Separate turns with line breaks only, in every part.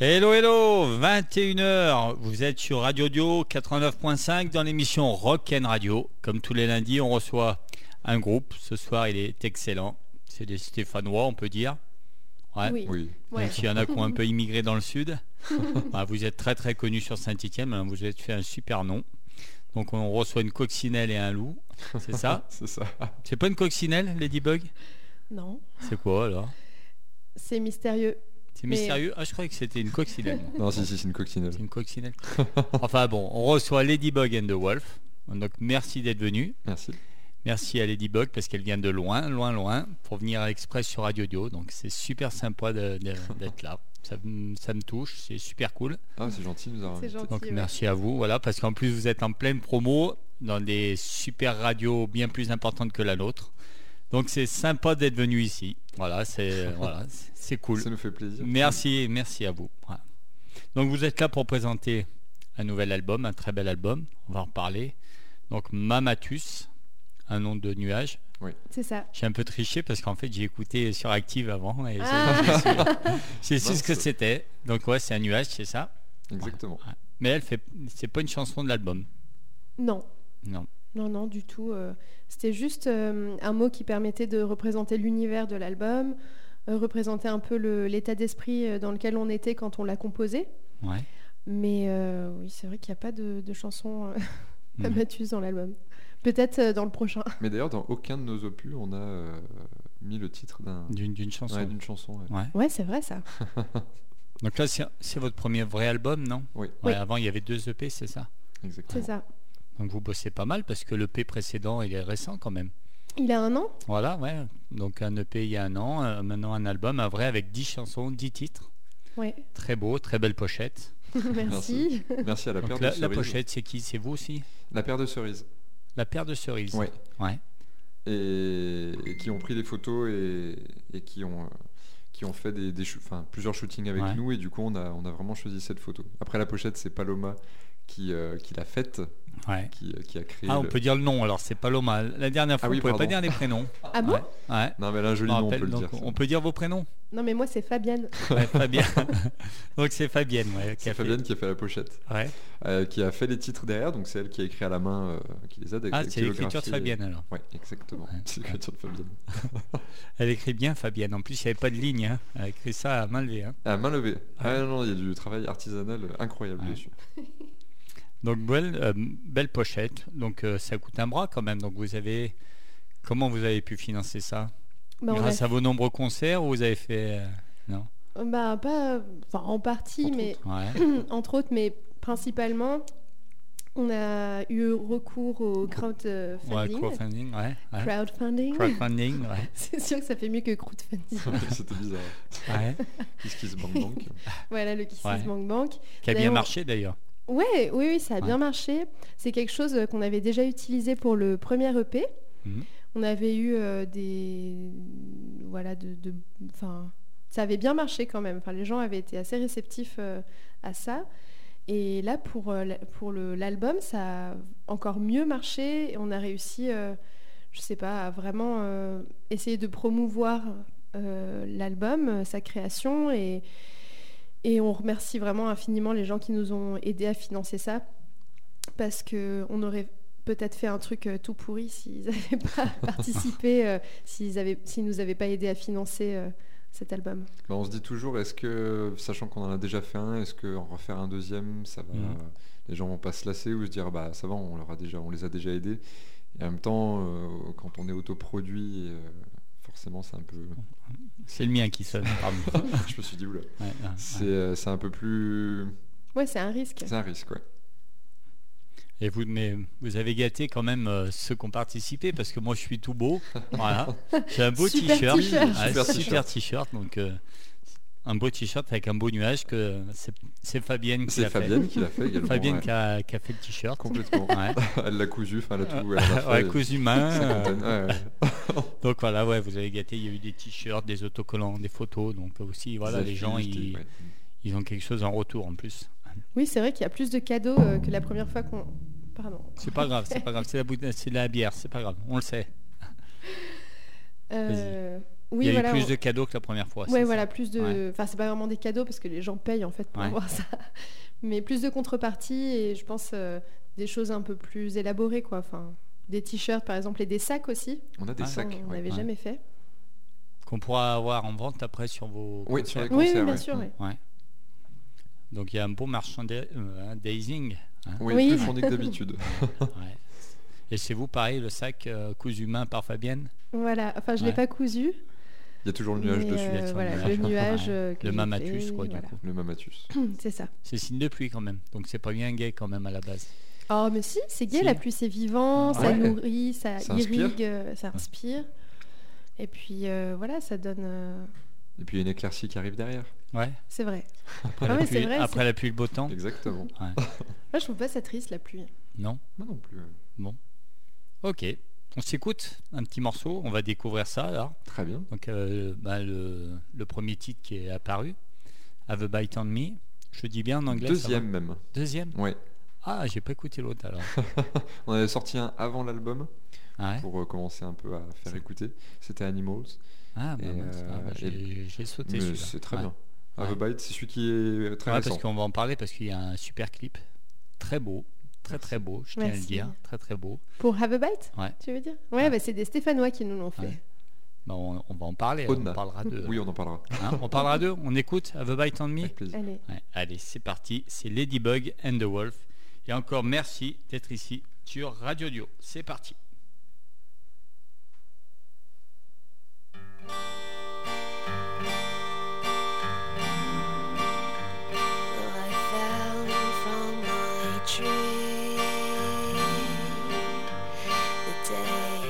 Hello, hello, 21h, vous êtes sur Radio Dio 89.5 dans l'émission Rock'n Radio. Comme tous les lundis, on reçoit un groupe. Ce soir, il est excellent. C'est des Stéphanois, on peut dire. Ouais.
Oui.
Oui.
Ouais.
Même s'il y en a qui ont un peu immigré dans le sud. Bah, vous êtes très très connu sur Saint-Etienne, vous vous êtes fait un super nom. Donc on reçoit une coccinelle et un loup, c'est ça
C'est ça.
C'est pas une coccinelle, Ladybug
Non,
C'est quoi alors
c'est mystérieux.
C'est
Mais- euh,
mystérieux Ah je croyais que c'était une coccinelle.
Non, si, si, c'est une coccinelle.
C'est une coccinelle. Enfin bon, on reçoit Ladybug and the Wolf. Donc merci d'être venu.
Merci.
Merci à Ladybug parce qu'elle vient de loin, loin, loin pour venir à Express sur Radio Dio. Donc c'est super sympa de- de- d'être là. Ça, me- ça me touche, c'est super cool.
Ah, c'est gentil, nous avons.
C'est gentil.
Donc
ouais.
merci à vous, voilà, parce qu'en plus vous êtes en pleine promo dans des super radios bien plus importantes que la nôtre. Donc c'est sympa d'être venu ici. Voilà, c'est voilà, c'est- c'est cool. Mmh.
Ça nous fait plaisir.
Merci, merci à vous. Voilà. Donc vous êtes là pour présenter un nouvel album, un très bel album. On va en reparler. Donc Mamatus, un nom de nuage.
C'est ça.
J'ai un peu triché parce qu'en fait j'ai écouté sur Active avant et j'ai-
Ah.
j'ai su ce que
Mince.
c'était. Donc ouais, c'est un nuage, c'est ça.
Exactement.
Mais elle fait, c'est pas une chanson de l'album.
Non,
Non.
non, non, du tout. euh, C'était juste euh, un mot qui permettait de représenter l'univers de l'album, euh, représenter un peu le- l'état d'esprit euh, dans lequel on était quand on l'a composé.
Ouais.
Mais euh, oui, c'est vrai qu'il n'y a pas de, de chanson
Mhm.
euh, à Mathus dans l'album. Peut-être euh, dans le prochain.
Mais d'ailleurs, dans aucun de nos opus, on a euh, mis le titre d'un.
D'une, d'une chanson.
Ouais, d'une chanson. ouais.
Ouais, c'est vrai ça.
Donc là, c'est, c'est votre premier vrai album, non
Oui.
Ouais,
Oui.
Avant, il y avait deux EP, c'est ça
Exactement.
C'est ça.
Donc vous bossez pas mal parce que l'EP précédent, il est récent quand même.
Il a un an
Voilà, ouais. Donc un EP il y a un an, euh, maintenant un album, un vrai avec 10 chansons, 10 titres.
Ouais.
Très beau, très belle pochette.
Merci.
Merci à la paire
Donc
de
la,
cerises.
la pochette, c'est qui C'est vous aussi
La paire de cerises.
La paire de cerises.
Ouais.
Ouais.
Et, et qui ont pris des photos et, et qui ont. euh, qui ont fait des, des shoo- enfin, plusieurs shootings avec
Ouais.
nous et du coup on a, on a vraiment choisi cette photo. Après la pochette c'est Paloma qui, euh, qui l'a faite,
Ouais.
qui, euh, qui a créé...
Ah, on
le-
peut dire le nom, alors c'est Paloma. La dernière fois,
Ah oui,
vous pouvez pas
pardon.
dire les prénoms.
Ah bon
Ouais. Ouais.
Non mais là
Je
joli
me
nom on
rappelle,
peut le
donc
dire.
on peut dire vos prénoms
Non, mais moi, c'est Fabienne.
Ouais, Fabien. donc c'est Fabienne, ouais, qui
C'est
a fait-
Fabienne qui a fait la pochette.
Ouais.
euh, qui a fait les titres derrière, donc c'est elle qui a écrit à la main, euh, qui les a
Ah, c'est l'écriture de
Fabienne
Fabienne alors.
Ouais, exactement.
Ouais.
C'est l'écriture de Fabienne.
Elle écrit bien Fabienne. En plus, il n'y avait pas de ligne. hein. Elle a écrit ça à main levée. hein.
À main levée. Ah non, non, il y a du travail artisanal euh, incroyable
Ouais.
dessus.
Donc belle, euh, belle pochette. Donc euh, ça coûte un bras quand même. Donc vous avez comment vous avez pu financer ça
Bah, on a
Grâce à vos nombreux concerts ou vous avez fait euh,
Bah, pas, enfin, en partie,
Entre
mais
ouais.
Hum, entre autres, mais principalement, on a eu recours au
ouais,
crowdfunding.
crowdfunding, ouais, ouais.
crowdfunding.
crowdfunding, ouais,
C'est sûr que ça fait mieux que crowdfunding.
C'était bizarre.
ouais.
Qu'est-ce qui se banque donc
voilà le Kisses
Ouais.
Bank Bank.
qui a bien
D'ailleurs-
marché d'ailleurs.
Ouais, oui, oui, ça a
Ouais.
bien marché. C'est quelque chose euh, qu'on avait déjà utilisé pour le premier EP.
Mhm.
On avait eu euh, des, voilà, de, de- enfin, ça avait bien marché quand même. Enfin, les gens avaient été assez réceptifs euh, à ça. Et là, pour euh, la- pour le- l'album, ça a encore mieux marché. Et on a réussi, euh, je sais pas, à vraiment euh, essayer de promouvoir euh, l'album, euh, sa création et et on remercie vraiment infiniment les gens qui nous ont aidés à financer ça, parce qu'on aurait peut-être fait un truc euh, tout pourri s'ils n'avaient pas participé, euh, s'ils avaient- s'ils nous avaient pas aidés à financer euh, cet album.
Bah, On se dit toujours, est-ce que, sachant qu'on en a déjà fait un, est-ce qu'en refaire un deuxième, ça va,
Mhm.
les gens vont pas se lasser ou se dire, bah ça va, on, leur a déjà, on les a déjà aidés. Et en même temps, euh, quand on est autoproduit, euh, forcément c'est un peu...
C'est le mien qui sonne. pardon.
Je me suis dit, oula,
Ouais, ouais, ouais.
c'est euh, c'est un peu plus...
Ouais, c'est un risque.
C'est un risque, ouais.
Et vous, mais vous avez gâté quand même euh, ceux qui ont participé parce que moi je suis tout beau. Voilà. J'ai un beau
Super
t-shirt.
t-shirt.
Ouais,
Super
super t-shirt. Donc euh, un beau t-shirt avec un beau nuage que c'est- c'est Fabienne qui
C'est
l'a fait.
Fabienne qui l'a fait également.
Fabienne
ouais.
qui, a, qui a fait le t-shirt.
Complètement.
Ouais.
Elle l'a cousu, enfin elle a tout. Elle
Ouais,
a fait.
cause humain.
Ça
euh,
m'étonne, ouais, ouais.
donc voilà, ouais, vous avez gâté. Il y a eu des t-shirts, des autocollants, des photos. Donc aussi, voilà,
Ça
les gens,
fait
ils,
jeter, ouais.
ils ont quelque chose en retour en plus.
Oui, c'est vrai qu'il y a plus de cadeaux euh, que la première fois qu'on. Pardon.
C'est pas grave, c'est pas grave. C'est la, bouteille- c'est la bière, c'est pas grave. On le sait.
Euh, Oui,
Il y a
voilà,
eu plus
on-
de cadeaux que la première fois. c'est
Ouais,
ça
voilà, plus de.
Ouais.
Enfin, c'est pas vraiment des cadeaux parce que les gens payent en fait pour
Ouais.
avoir ça. Mais plus de contrepartie et je pense euh, des choses un peu plus élaborées, quoi. Enfin, des t-shirts par exemple et des sacs aussi.
On a des
Ah,
sacs.
on
ouais.
n'avait
ouais.
jamais fait.
Qu'on pourra avoir en vente après sur vos.
Oui,
concerts.
sur les
Oui, oui,
concerts,
bien
ouais.
sûr. ouais.
Ouais. Donc il y a un euh, bon merchandising.
Oui,
Oui.
plus fourni que d'habitude.
Ouais. Et c'est vous pareil, le sac euh, cousu main par Fabienne
Voilà. Enfin, je l'ai
Ouais.
pas cousu.
Il y a toujours le
mais,
nuage dessus,
euh,
Il y a toujours
voilà,
le
le
nuage.
nuage.
Ouais.
euh, que
Le
j'ai
Mamatus,
fait,
quoi,
voilà.
du coup.
le Mamatus.
C'est ça.
C'est signe de pluie quand même. Donc c'est pas bien gay quand même à la base.
Oh, mais si, c'est gay.
Si. Ah
La pluie, c'est vivant, ça
Ouais.
nourrit, ça,
Ça inspire.
irrigue, euh, ça inspire. Et puis euh, voilà, ça donne. euh,
Et puis il y a une éclaircie qui arrive derrière.
Ouais.
C'est vrai.
Après,
Ah
la,
ouais, c'est
pluie,
vrai,
après la pluie, le beau temps.
Exactement.
Moi, je trouve pas ça triste la pluie.
Non.
Moi non plus. euh, ouais.
Ok. On s'écoute un petit morceau. On va découvrir ça là.
Très bien.
Donc euh, bah, le, le premier titre qui est apparu, Have a Bite on Me. Je dis bien en anglais. ça va
Deuxième même.
Deuxième.
Ouais.
Ah, j'ai pas écouté l'autre alors. Ah
On avait sorti un avant l'album
Ouais.
pour euh, commencer un peu à faire
C'est-
écouter. C'était Animals.
Ah, bah,
Et,
mince. Ah, bah,
euh,
j'ai- j'ai sauté
Mais
celui-là.
c'est très
Ouais.
bien. Have a Bite, c'est celui qui est très
Ouais,
récent.
parce qu'on va en parler parce qu'il y a un super clip. Très beau. Très très beau, je tiens à le
Merci.
dire. Très très beau.
Pour Have a Bite
Ouais.
Tu veux dire
Ouais.
Ouais, bah, c'est des Stéphanois qui nous l'ont fait.
Ouais. Bah, on, on va en parler. On
Audna.
parlera de.
Oui, on en parlera.
hein, on parlera d'eux. On écoute Have a Bite on Me.
Avec plaisir.
Allez.
Ouais, allez, c'est parti. C'est Ladybug and the Wolf. Et encore merci d'être ici sur Radio Dio. C'est parti.
Well, I fell from my tree the day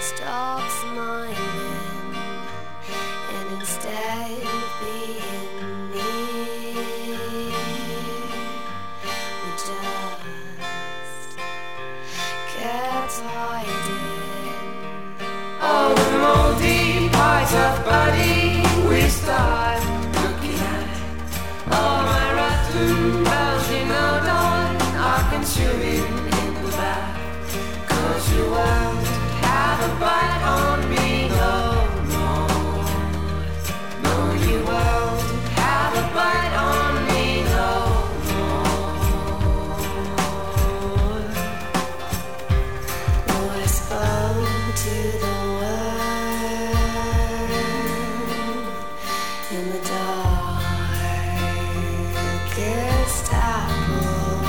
stopped smiling, and instead of being near, we just kept hiding.
All the moldy pies of body we start looking at. All my rotten Belgian odor are consuming in the back. Cause you won't have a bite on me no more. No, you won't have a bite on me no more.
Oh, I spoke to the world in the darkest apple,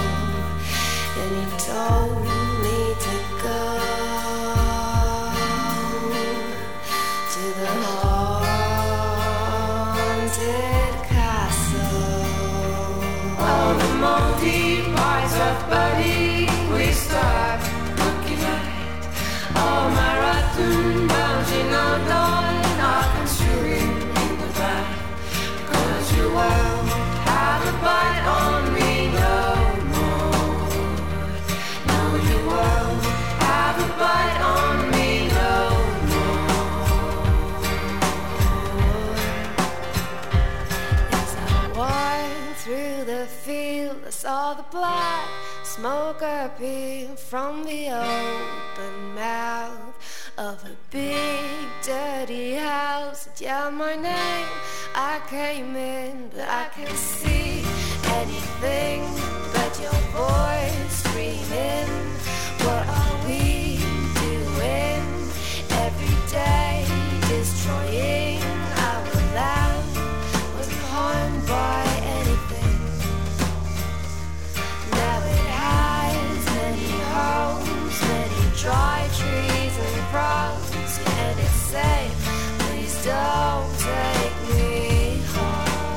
and he told me to go to the haunted castle.
All the moldy pies of body we start looking at. All my rotten Belgian odor are consuming in the back. Cause you won't have a bite on me no more. No, you won't have a bite on me no more.
As I walked through the field, I saw the black smoke appear from the open mouth of a big dirty house. It yelled my name. I came in, but I can't see anything but your voice screaming. What are we doing? Every day destroying our land wasn't harmed by anything. Now it has many homes, many dry trees and problems, and it's safe. Please don't take me home.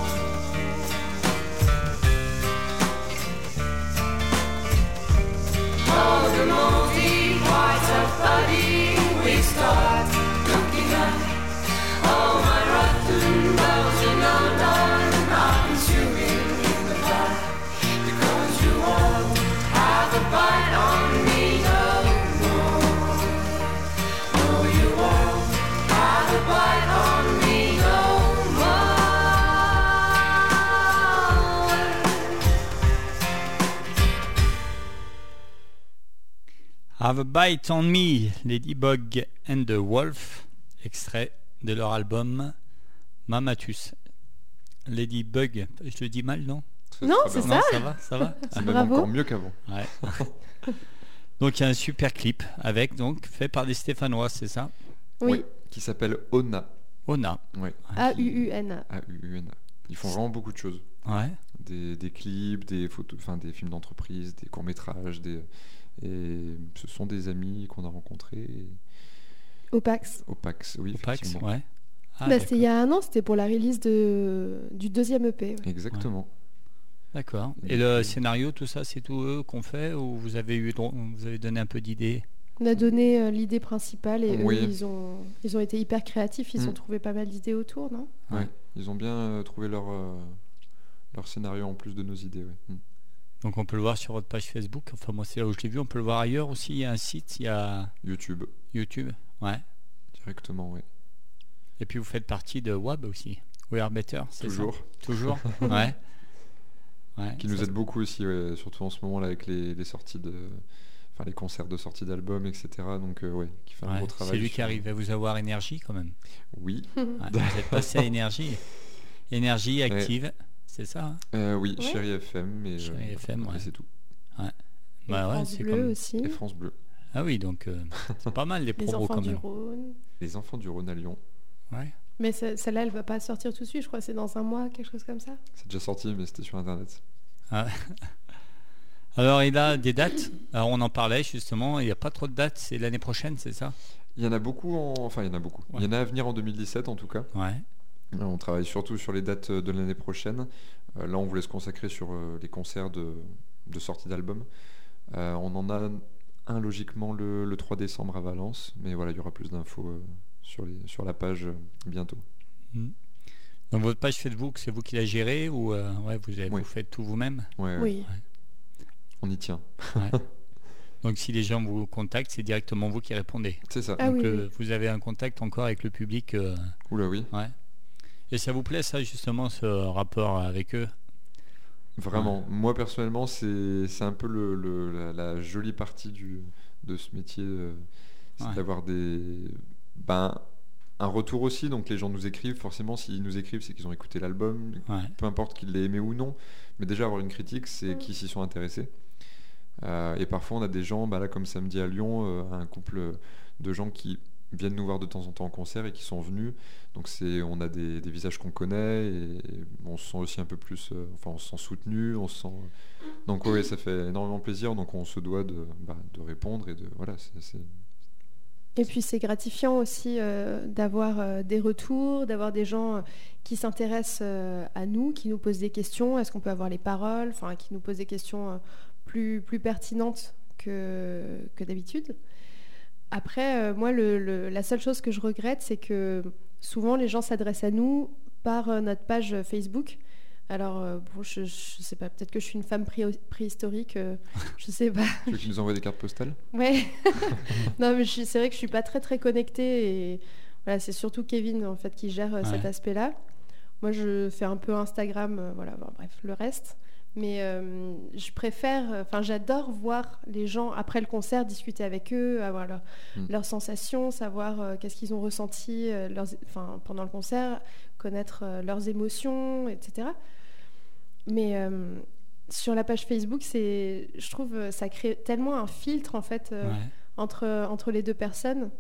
All the moldy parts of body we start looking at. All my rotten Belgian undone are consuming in the back. Because you won't have a bite on me no more. No, you won't have a bite on me no more.
Have a Bite on Me, Ladybug and the Wolf. extrait de leur album Mamatus. Ladybug, je le dis mal, non
Non,
très
c'est
bien.
Non,
ça
ça va, ça va
C'est même
Euh, Bravo.
encore mieux qu'avant.
Ouais. donc il y a un super clip avec, donc, fait par des Stéphanois, c'est ça
Oui,
Qui s'appelle Ona.
Ona.
Ouais.
A-U-U-N-A.
A-U-U-N-A. Ils font vraiment beaucoup de choses.
Ouais.
Des, des clips, des photos, enfin des films d'entreprise, des courts-métrages, des. Et ce sont des amis qu'on a rencontrés et-
Opax.
au PAX, oui,
Au Pax,
effectivement.
ouais. Ah,
Bah,
d'accord.
c'était il y a un an, c'était pour la release de... du deuxième EP. ouais.
Exactement.
D'accord. Et le scénario, tout ça, c'est tout eux qu'on fait ou vous avez eu, vous avez donné un peu d'idées
On a donné euh, l'idée principale et eux,
Oui.
ils, ont... ils ont été hyper créatifs, ils
Mm.
ont trouvé pas mal d'idées autour, non
Ouais.
Ouais.
Ils ont bien euh, trouvé leur, euh, leur scénario en plus de nos idées. ouais. Mm.
Donc on peut le voir sur votre page Facebook. Enfin moi c'est là où je l'ai vu. On peut le voir ailleurs aussi. Il y a un site, il y a
YouTube,
YouTube. Ouais.
directement, ouais.
Et puis vous faites partie de WAB aussi. We Are Better. c'est ça
Toujours.
Toujours. ouais. Ouais.
Qui nous
ça,
aide beaucoup aussi, ouais, surtout en ce moment là avec les, les sorties de. Enfin, les concerts de sortie d'albums, etc. Donc, euh, ouais, qui fait un
ouais.
gros travail.
C'est lui qui
sur-
arrive à vous avoir énergie quand même.
Oui,
Mm.
Ouais, vous êtes passé à énergie. Énergie active. C'est ça. hein
Euh, oui,
Ouais.
Chérie FM. Et, euh,
Chérie FM,
et
ouais.
c'est tout.
Et
Bah ouais,
France
c'est
Bleu
comme-
aussi,
Et France Bleu.
Ah oui donc euh, c'est pas mal les
les
promos
enfants
quand
du
même.
Rhône.
Les enfants du Rhône à Lyon.
Ouais.
Mais ce- celle-là, elle va pas sortir tout de suite, je crois, c'est dans un mois, quelque chose comme ça.
C'est déjà sorti, mais c'était sur internet.
Alors il a des dates. Alors on en parlait justement. Il n'y a pas trop de dates. C'est l'année prochaine, c'est ça
Il y en a beaucoup, en... enfin, il y en a beaucoup.
Ouais.
Il y en a à venir en 2017 en tout cas.
Ouais.
Euh, On travaille surtout sur les dates euh, de l'année prochaine. Euh, Là, on voulait se consacrer sur euh, les concerts de, de sortie d'albums. Euh, on en a un logiquement le, le 3 décembre à Valence, mais voilà, il y aura plus d'infos euh, sur, les- sur la page euh, bientôt.
Donc votre page Facebook, c'est vous qui la gérez ou euh, ouais, vous, avez-
Oui.
vous faites tout vous-même
Ouais, ouais,
Oui,
On y tient.
Donc si les gens vous contactent, c'est directement vous qui répondez.
C'est ça.
Ah
Donc
oui,
euh, vous avez un contact encore avec le public. euh,
Oula, oui.
et ça vous plaît ça justement ce rapport avec eux
Vraiment. Moi, personnellement, c'est c'est un peu le, le- la, la jolie partie du, de ce métier. euh, c'est
Ouais.
d'avoir des. Ben, un retour aussi, donc les gens nous écrivent, forcément s'ils nous écrivent c'est qu'ils ont écouté l'album,
Ouais.
peu importe qu'ils l'aient aimé ou non, mais déjà avoir une critique, c'est qui s'y sont intéressés. Euh, et parfois, on a des gens, bah là, comme samedi à Lyon, euh, un couple de gens qui viennent nous voir de temps en temps en concert et qui sont venus. Donc, c'est, on a des, des visages qu'on connaît et, et on se sent aussi un peu plus, euh, enfin, on se sent soutenu, on se sent. euh. Donc, oui, ça fait énormément plaisir. Donc, on se doit de, bah, de répondre et de voilà, c'est, c'est-
Et puis c'est gratifiant aussi euh, d'avoir euh, des retours, d'avoir des gens euh, qui s'intéressent euh, à nous, qui nous posent des questions. Est-ce qu'on peut avoir les paroles Enfin, qui nous posent des questions euh, plus, plus pertinentes que, que d'habitude. Après, euh, moi, le- le- la seule chose que je regrette, c'est que souvent les gens s'adressent à nous par euh, notre page euh, Facebook. Alors, euh, bon, je, je sais pas, peut-être que je suis une femme pré- préhistorique, euh, je sais pas.
ceux qui nous envoient des cartes postales.
Ouais. non, mais je suis- c'est vrai que je suis pas très très connectée et voilà, c'est surtout Kevin en fait qui gère euh, cet
Ouais.
aspect-là. Moi, je fais un peu Instagram, euh, voilà, bon, bref, le reste. Mais euh, je préfère, euh, enfin, j'adore voir les gens après le concert discuter avec eux, avoir leur-
Mm.
leurs sensations, savoir euh, qu'est-ce qu'ils ont ressenti euh, leurs, enfin, pendant le concert, connaître euh, leurs émotions, etc. Mais euh, sur la page Facebook, c'est, je trouve, euh, ça crée tellement un filtre en fait euh,
Ouais.
entre, entre les deux personnes,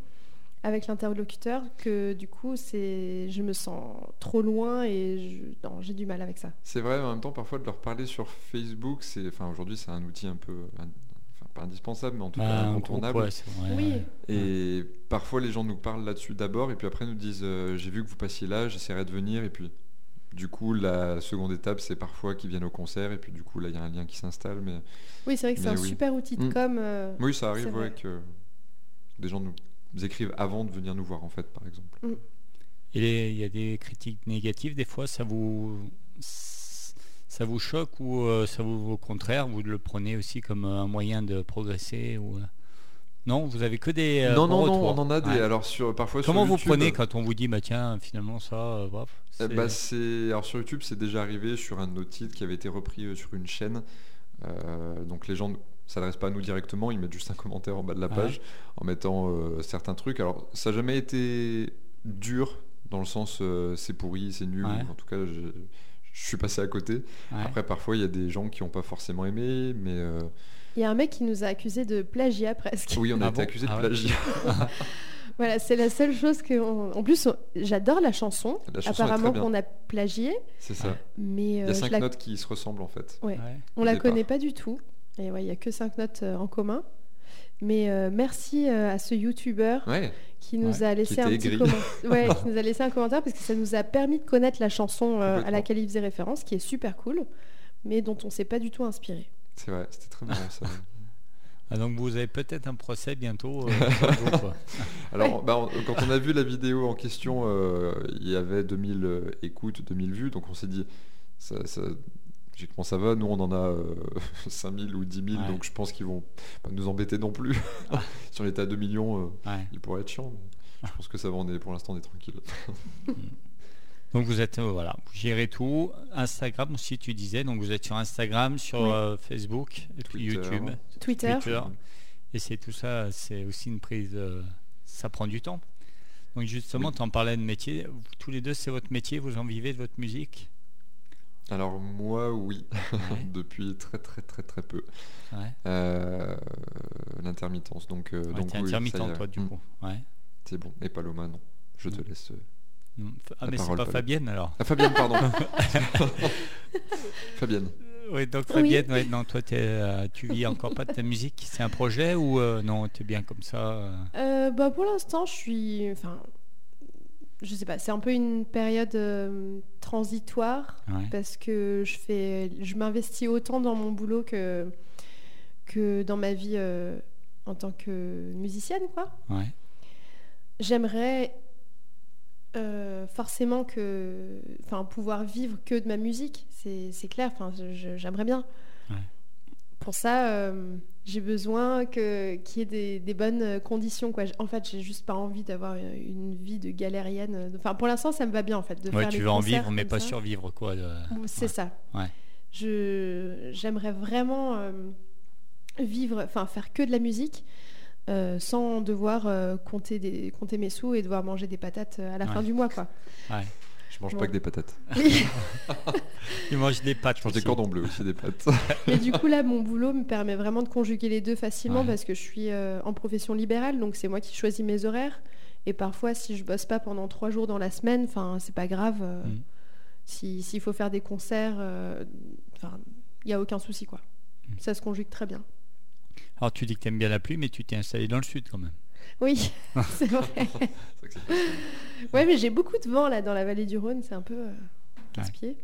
avec l'interlocuteur, que du coup, c'est, je me sens trop loin et je- non, j'ai du mal avec ça.
C'est vrai, mais en même temps, parfois, de leur parler sur Facebook, c'est, enfin, aujourd'hui, c'est un outil un peu, un- enfin, pas indispensable, mais en tout
Bah,
cas
un groupe,
incontournable.
ouais, c'est vrai, ouais.
Et parfois les gens nous parlent là-dessus d'abord et puis après nous disent euh, j'ai vu que vous passiez là, j'essaierai de venir et puis du coup la seconde étape c'est parfois qu'ils viennent au concert et puis du coup là il y a un lien qui s'installe mais
oui, c'est vrai que c'est
Mais
un
oui.
super outil de
Mm.
com. euh,
oui ça
C'est
arrive
vrai.
ouais, que des gens nous écrivent avant de venir nous voir en fait par exemple.
Et les- il y a des critiques négatives des fois. Ça vous ça vous choque ou euh, ça vous au contraire vous le prenez aussi comme euh, un moyen de progresser ou euh, non vous avez que des euh,
non
bons
non non
retours.
on en a des
Ouais.
alors sur parfois sur
Comment vous
YouTube,
prenez quand on vous dit, bah tiens, finalement ça, euh, bof,
Eh
c'est-
bah, c'est alors sur YouTube c'est déjà arrivé sur un de nos titres qui avait été repris euh, sur une chaîne Euh, donc les gens ne s'adressent pas à nous directement ils mettent juste un commentaire en bas de la
Ouais.
page en mettant euh, certains trucs alors ça n'a jamais été dur dans le sens euh, c'est pourri, c'est nul.
Ouais.
En tout cas, je, je suis passé à côté.
Ouais.
Après, parfois, il y a des gens qui n'ont pas forcément aimé, mais euh,
Il y a un mec qui nous a accusé de plagiat presque.
oui, on a
Ah
été
bon
accusé
Ah
de
ouais.
plagiat.
Voilà, c'est la seule chose que. on- En plus, on- j'adore la chanson.
La chanson est
Apparemment,
très bien.
qu'on a plagié,
C'est ça.
mais
Il
euh,
y a
je
cinq
la-
notes qui se ressemblent en fait.
Ouais.
on
au
la
départ.
connaît pas du tout. Et ouais, il y a que cinq notes euh, en commun. Mais euh, merci euh, à ce youtubeur
Ouais,
qui nous
Ouais,
a laissé
était
un petit
aigri.
commentaire. Ouais, qui nous a laissé un commentaire parce que ça nous a permis de connaître la chanson euh, à
Complètement.
laquelle il faisait référence, qui est super cool, mais dont on s'est pas du tout inspiré.
c'est vrai, c'était très marrant ça.
Ah, donc vous avez peut-être un procès bientôt. euh, sur le groupe, quoi.
Alors, bah, on- quand on a vu la vidéo en question, euh, il y avait 2000 euh, écoutes, 2000 vues, donc on s'est dit, ça, ça, logiquement ça va, nous on en a euh, 5000 ou 10 000,
Ouais. Ah.
donc je pense qu'ils vont pas nous embêter non plus. si on était à 2 millions, euh,
Ouais.
ils pourraient être chiants,
Ah.
mais je pense que ça va, on est, pour l'instant on est tranquille.
Donc vous êtes euh, voilà, vous gérez tout. Instagram aussi, tu disais. Donc vous êtes sur Instagram, sur
Ouais.
euh, Facebook, et puis
Twitter.
YouTube,
Twitter.
Twitter. Et c'est tout ça. C'est aussi une prise. euh, ça prend du temps. Donc justement,
Oui.
tu en parlais de métier. Vous- Tous les deux, c'est votre métier. Vous en vivez de votre musique.
Alors moi, oui,
Ouais,
depuis très très très très peu.
ouais.
Euh, L'intermittence, donc... euh,
Ouais,
donc
t'es
oui, ça y
intermittent
est.
toi du
Mm,
coup. Ouais.
C'est bon, et Paloma, non, je te
Mm.
laisse... euh,
Non, fa- Ah
La
mais c'est
parole,
pas
Paul.
Fabienne alors.
Ah, Fabienne, pardon. Fabienne.
Oui, donc
Oui.
Fabienne, ouais, non, toi t'es, euh, tu vis encore pas de ta musique, c'est un projet ou euh, non, tu es bien comme ça euh,
Euh, bah, pour l'instant, je suis. Enfin, je sais pas. C'est un peu une période euh, transitoire
ouais.
parce que je fais, je m'investis autant dans mon boulot que que dans ma vie euh, en tant que musicienne, quoi.
Ouais.
J'aimerais euh, forcément que, enfin, pouvoir vivre que de ma musique. C'est c'est clair. Enfin, je- je- j'aimerais bien.
Ouais.
Pour ça. euh, j'ai besoin que qu'il y ait des, des bonnes conditions quoi. J'- En fait, j'ai juste pas envie d'avoir une vie de galérienne. Enfin, pour l'instant, ça me va bien en fait de
Ouais,
faire
tu
les
veux en
concerts
vivre mais
comme
pas
ça.
survivre quoi. euh,
Ou C'est
ouais.
ça.
Ouais.
Je j'aimerais vraiment euh, vivre, enfin faire que de la musique. euh, sans devoir euh, compter, des, compter mes sous et devoir manger des patates euh, à la fin
Ouais.
du mois. Quoi.
Je mange
Bon.
pas que des patates.
Tu manges des pâtes.
Je mange des
aussi.
cordons bleus aussi, des pâtes.
Mais du coup, là, mon boulot me permet vraiment de conjuguer les deux facilement
Ouais.
parce que je suis euh, en profession libérale, donc c'est moi qui choisis mes horaires. Et parfois, si je bosse pas pendant trois jours dans la semaine, enfin, c'est pas grave. euh,
Mm.
si- S'il faut faire des concerts, euh, enfin, il y a aucun souci, quoi.
Mm.
Ça se conjugue très bien.
Alors tu dis que t'aimes bien la pluie mais tu t'es installé dans le sud quand même.
Oui, c'est vrai. Ouais, mais j'ai beaucoup de vent là dans la vallée du Rhône, c'est un peu euh, casse-pied.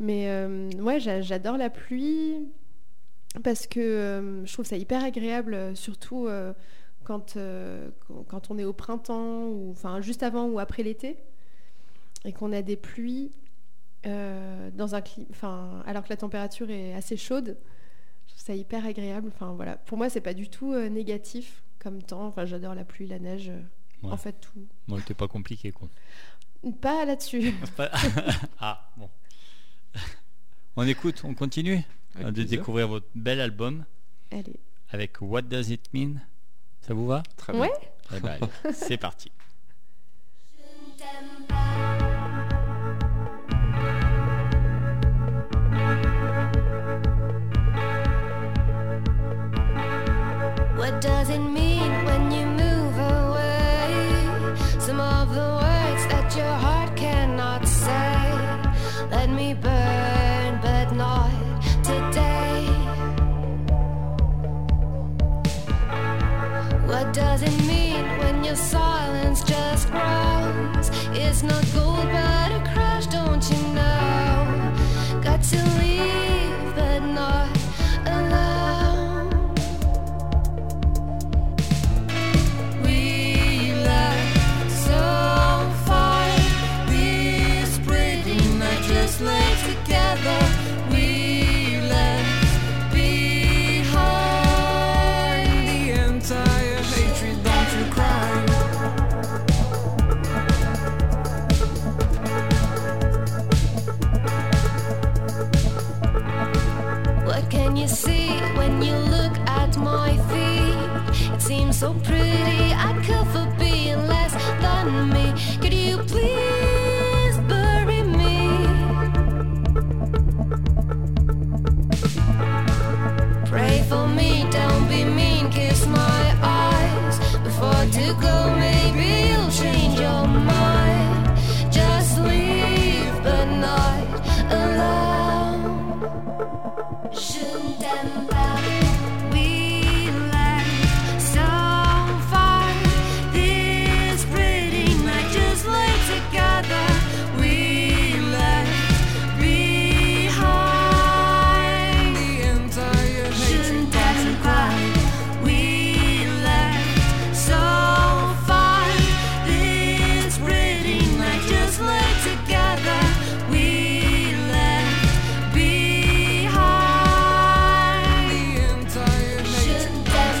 Mais euh, ouais, j'a- j'adore la pluie parce que euh, je trouve ça hyper agréable, euh, surtout euh, quand, euh, quand- quand on est au printemps, ou enfin juste avant ou après l'été, et qu'on a des pluies euh, dans un clim- enfin, alors que la température est assez chaude. Je trouve ça hyper agréable. Enfin, voilà. Pour moi, c'est pas du tout euh, négatif comme temps. Enfin, j'adore la pluie, la neige, euh,
Ouais.
en fait tout.
Moi t'es pas compliqué quoi.
Pas là-dessus.
C'est pas- ah bon. On écoute, on continue
Avec
de
plaisir.
découvrir votre bel album
Allez.
avec What Does It Mean. Ça vous va
Très
Ouais.
bien.
Eh ben, allez, C'est parti.
Je ne t'aime pas, What does it mean when you move away? Some of the words that your heart cannot say. Let me burn, but not today. What does it mean when your silence just grows? It's not gold, but a crash, don't you know? Got to leave, but not alone. We left so far. These pretty matches lay together. We left behind the entire hatred. Don't you cry? What can you see when you look at my feet? It seems so pretty, I could for being less than on me. Could you please bury me? Pray for me, don't be mean, kiss my eyes. Before to go, maybe you'll change your mind. Just leave the night alone. Je ne t'aime pas. We left so far. This pretty night just lay together. We left behind the entire hatred that's inside. We left so far. This pretty night just lay together. We left behind the entire hatred that's inside.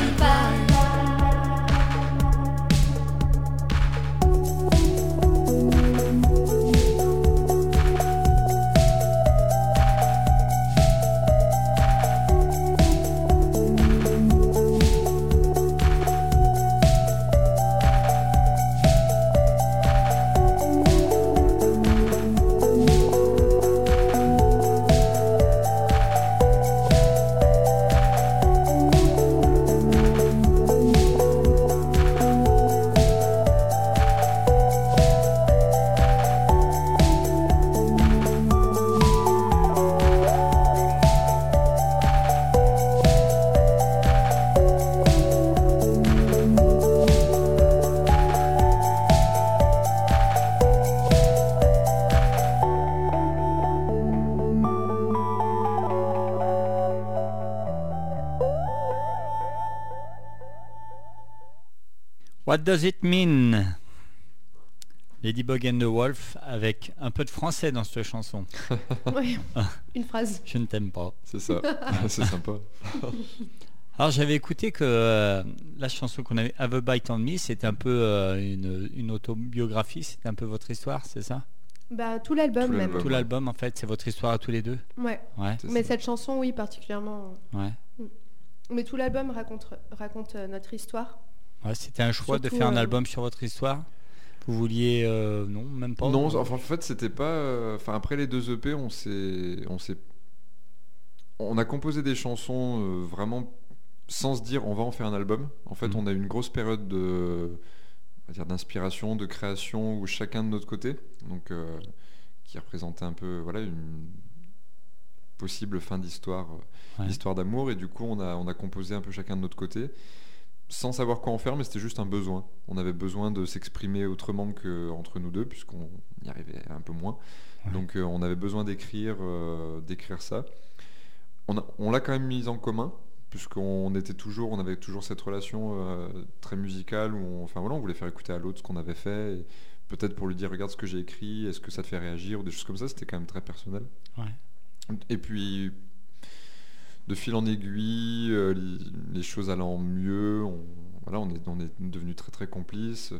What does it mean Ladybug and the Wolf avec un peu de français dans cette chanson.
Ouais. Une phrase.
Je ne t'aime pas.
C'est ça. c'est sympa.
Alors j'avais écouté que euh, la chanson qu'on avait Have a Bite on Me, c'était un peu euh, une, une autobiographie, c'était un peu votre histoire, c'est ça
Bah, tout l'album
Tout
même.
l'album.
Tout l'album en fait, c'est votre histoire à tous les deux.
Ouais.
Ouais.
C'est
Mais
ça.
cette chanson, oui, particulièrement. Mm.
Ouais.
Mais tout l'album raconte, raconte euh, notre histoire.
Ouais, c'était un choix de
Surtout,
faire un
euh,
album sur votre histoire. Vous vouliez euh, non, même pas.
Non, enfin, en fait, c'était pas. euh, Enfin, après les deux EP, on s'est, on s'est, on a composé des chansons euh, vraiment sans se dire on va en faire un album. En fait,
Mhm.
on a eu une grosse période de, on va dire, d'inspiration, de création, où chacun de notre côté, donc euh, qui représentait un peu, voilà, une possible fin d'histoire, euh,
Ouais.
histoire d'amour, et du coup, on a, on a composé un peu chacun de notre côté. sans savoir quoi en faire, mais c'était juste un besoin. On avait besoin de s'exprimer autrement qu'entre nous deux, puisqu'on y arrivait un peu moins.
Ouais.
Donc euh, on avait besoin d'écrire, euh, d'écrire ça. On a- on l'a quand même mis en commun, puisqu'on était toujours, on avait toujours cette relation euh, très musicale où, on, enfin voilà, on voulait faire écouter à l'autre ce qu'on avait fait, et peut-être pour lui dire regarde ce que j'ai écrit, est-ce que ça te fait réagir ou des choses comme ça. C'était quand même très personnel.
Ouais.
Et puis de fil en aiguille, euh, li- les choses allant mieux, on, voilà, on est, on est devenus très très complices.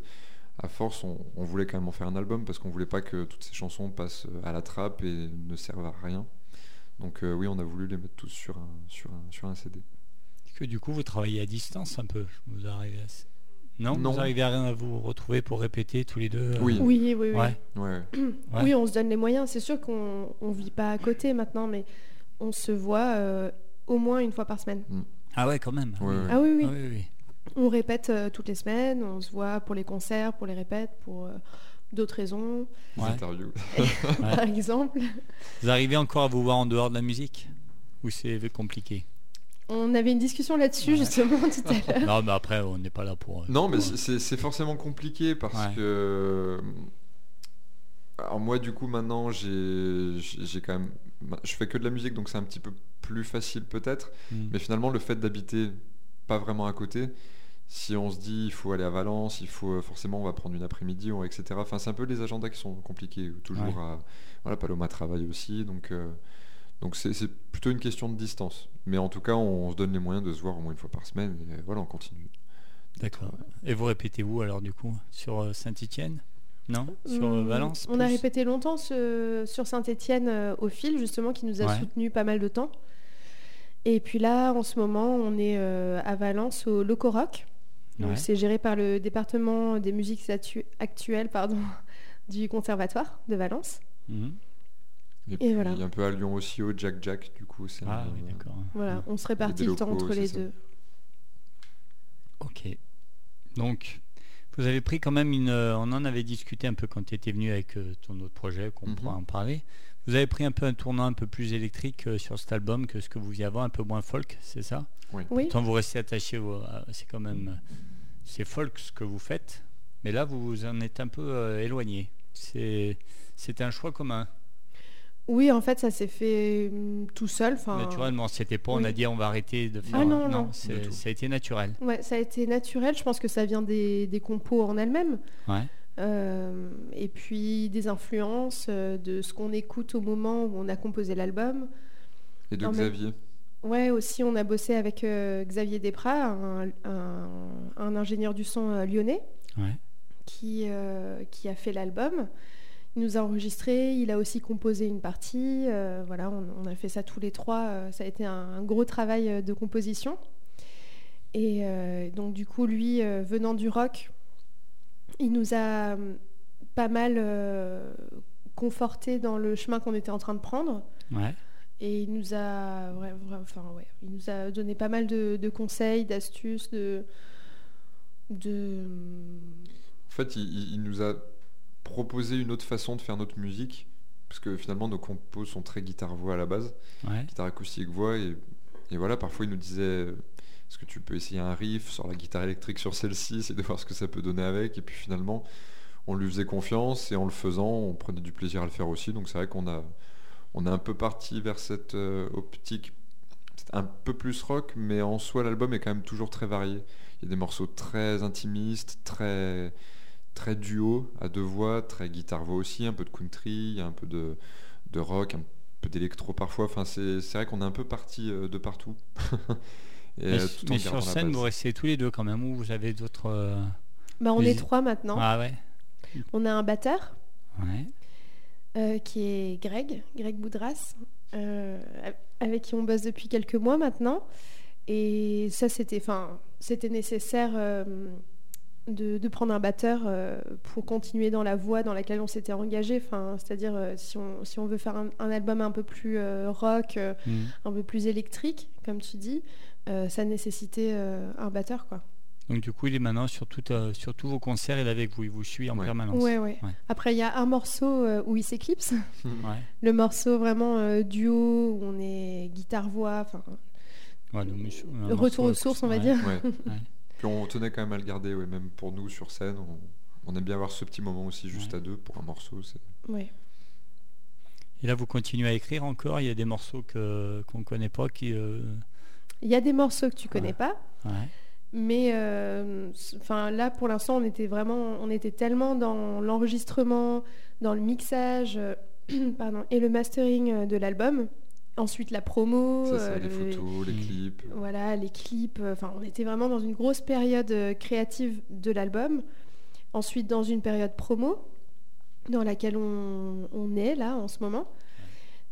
À force, on, on voulait quand même en faire un album parce qu'on voulait pas que toutes ces chansons passent à la trappe et ne servent à rien. Donc euh, oui, on a voulu les mettre tous sur un, sur un, sur un CD.
Parce que du coup, vous travaillez à distance un peu. Vous arrivez à... s- Non,
Non.
vous arrivez à rien à vous retrouver pour répéter tous les deux. euh,
Oui.
Oui, oui, oui.
Ouais.
Ouais,
Ouais.
Oui, on se donne les moyens. C'est sûr qu'on on vit pas à côté maintenant, mais on se voit euh, au moins une fois par semaine.
Ah ouais, quand même.
Ouais, ouais.
Ah oui, oui.
Ah oui, oui.
On répète euh, toutes les semaines, on se voit pour les concerts, pour les répètes, pour euh, d'autres raisons,
les
Ouais.
interviews.
Ouais.
par exemple.
Vous arrivez encore à vous voir en dehors de la musique Ou c'est compliqué
On avait une discussion là-dessus
Ouais.
justement tout à l'heure.
Non, mais après, on n'est pas là pour. euh,
Non, mais c'est- c'est c'est forcément compliqué parce
Ouais.
que. Alors, moi, du coup, maintenant, j'ai j'ai- j'ai quand même. Je fais que de la musique, donc c'est un petit peu plus facile peut-être.
Mm.
Mais finalement, le fait d'habiter pas vraiment à côté, si on se dit il faut aller à Valence, il faut euh, forcément on va prendre une après-midi, on va- etc. Enfin, c'est un peu les agendas qui sont compliqués. ou Toujours
Ouais.
à voilà, Paloma travaille aussi, donc euh, donc c'est c'est plutôt une question de distance. Mais en tout cas, on, se donne les moyens de se voir au moins une fois par semaine. Et euh, voilà, on continue.
D'accord. Et vous répétez où alors du coup Sur Saint-Etienne Non Sur euh,
Hum,
Valence
On a
plus
répété longtemps ce- sur Saint-Étienne euh, au fil justement qui nous a
Ouais.
soutenu pas mal de temps. Et puis là, en ce moment, on est euh, à Valence au Loco Rock. Donc,
Ouais.
C'est géré par le département des musiques actu- actuelles pardon, du conservatoire de Valence.
Mhm.
Et,
Et voilà.
puis, un peu à Lyon aussi, au Jack Jack, du coup. c'est
Ah
un-
oui, d'accord.
Voilà, on se répartit le temps
locaux,
entre
c'est
les
ça.
deux.
Ok. Donc, vous avez pris quand même une. euh, on en avait discuté un peu quand tu étais venu avec euh, ton autre projet, qu'on
Mhm.
pourra en parler. Vous avez pris un peu un tournant un peu plus électrique euh, sur cet album que ce que vous faisiez avant, un peu moins folk, c'est ça
euh,
Oui,
Tant vous restez attaché au. à- C'est quand même. euh, C'est folk ce que vous faites, mais là vous vous en êtes un peu euh, éloigné. C'est. C'était un choix commun.
oui, en fait, ça s'est fait hum, tout seul. Enfin,
Naturellement, c'était pas on a
oui. Ah
dit on va arrêter de faire.
non, non.
c'est-
Du tout.
ça a été naturel.
Ouais, ça a été naturel. Je pense que ça vient des, des compos en elles-mêmes.
Ouais.
Euh, et puis des influences euh, de ce qu'on écoute au moment où on a composé l'album.
Et de
Non, mais-
Xavier.
Ouais, aussi, on a bossé avec euh, Xavier Desprats, un, un- un ingénieur du son euh, lyonnais,
Ouais.
qui, euh, qui a fait l'album. Il nous a enregistré, il a aussi composé une partie. euh, voilà, on, on a fait ça tous les trois. euh, ça a été un, un gros travail euh, de composition. Et euh, donc, du coup, lui, euh, venant du rock, il nous a hum, pas mal euh, conforté dans le chemin qu'on était en train de prendre.
Ouais.
Et il nous a, ouais, vra- enfin, ouais, il nous a donné pas mal de, de conseils, d'astuces, de, de...
En fait, il, il- il nous a proposé une autre façon de faire notre musique, parce que finalement, nos compos sont très guitare-voix à la base,
Ouais.
guitare acoustique-voix, et, et voilà, parfois il nous disait, euh, est-ce que tu peux essayer un riff sur la guitare électrique sur celle-ci, essayer de voir ce que ça peut donner avec, et puis finalement, on lui faisait confiance, et en le faisant, on prenait du plaisir à le faire aussi, donc c'est vrai qu'on a, on a un peu parti vers cette euh, optique c'est un peu plus rock, mais en soi, l'album est quand même toujours très varié. Il y a des morceaux très intimistes, très très duo à deux voix, très guitare voix aussi, un peu de country, il y a un peu de, de rock, un peu d'électro parfois. Enfin, c'est c'est vrai qu'on est un peu parti euh, de partout. Et
Mais,
euh,
s-
tout en
mais
gardant
sur
la
scène,
base.
vous restez tous les deux quand même, ou vous avez d'autres. euh,
Bah, on
Vas-y.
est trois maintenant.
Ah ouais.
On a un batteur
Ouais.
euh, qui est Greg, Greg Boudras, euh, avec qui on bosse depuis quelques mois maintenant. Et ça, c'était, enfin, c'était nécessaire euh, de, de prendre un batteur euh, pour continuer dans la voie dans laquelle on s'était engagé. Enfin, c'est-à-dire, euh, si, on, si on veut faire un, un album un peu plus euh, rock, euh,
Mm.
un peu plus électrique, comme tu dis, euh, ça nécessitait euh, un batteur, quoi.
Donc du coup, il est maintenant sur, tout, euh, sur tous vos concerts, il est avec vous, il vous suit en
Ouais.
permanence.
Ouais, ouais.
Ouais.
Après, il y a un morceau euh, où il s'éclipse,
Ouais.
le morceau vraiment euh, duo où on est guitare-voix, enfin,
Ouais, donc, je- un
le
morceau
retour aux sources, on va
acoustique,
dire.
Ouais. Puis on tenait quand même à le garder, ouais, même pour nous sur scène. On, on aime bien avoir ce petit moment aussi juste
Ouais.
à deux pour un morceau. c'est-
Ouais.
ouais. Et là, vous continuez à écrire encore, il y a des morceaux que qu'on connaît pas, qui... euh,
Il y a des morceaux que tu connais
Ouais.
pas,
ouais.
mais euh, c- enfin là, pour l'instant, on était vraiment, on était tellement dans l'enregistrement, dans le mixage, euh, pardon, et le mastering euh, de l'album. Ensuite, la promo,
C'est ça,
euh,
les
le-
photos, les
Mm.
clips.
Voilà, les clips. euh, Enfin, on était vraiment dans une grosse période euh, créative de l'album. Ensuite, dans une période promo, dans laquelle on, on est là en ce moment.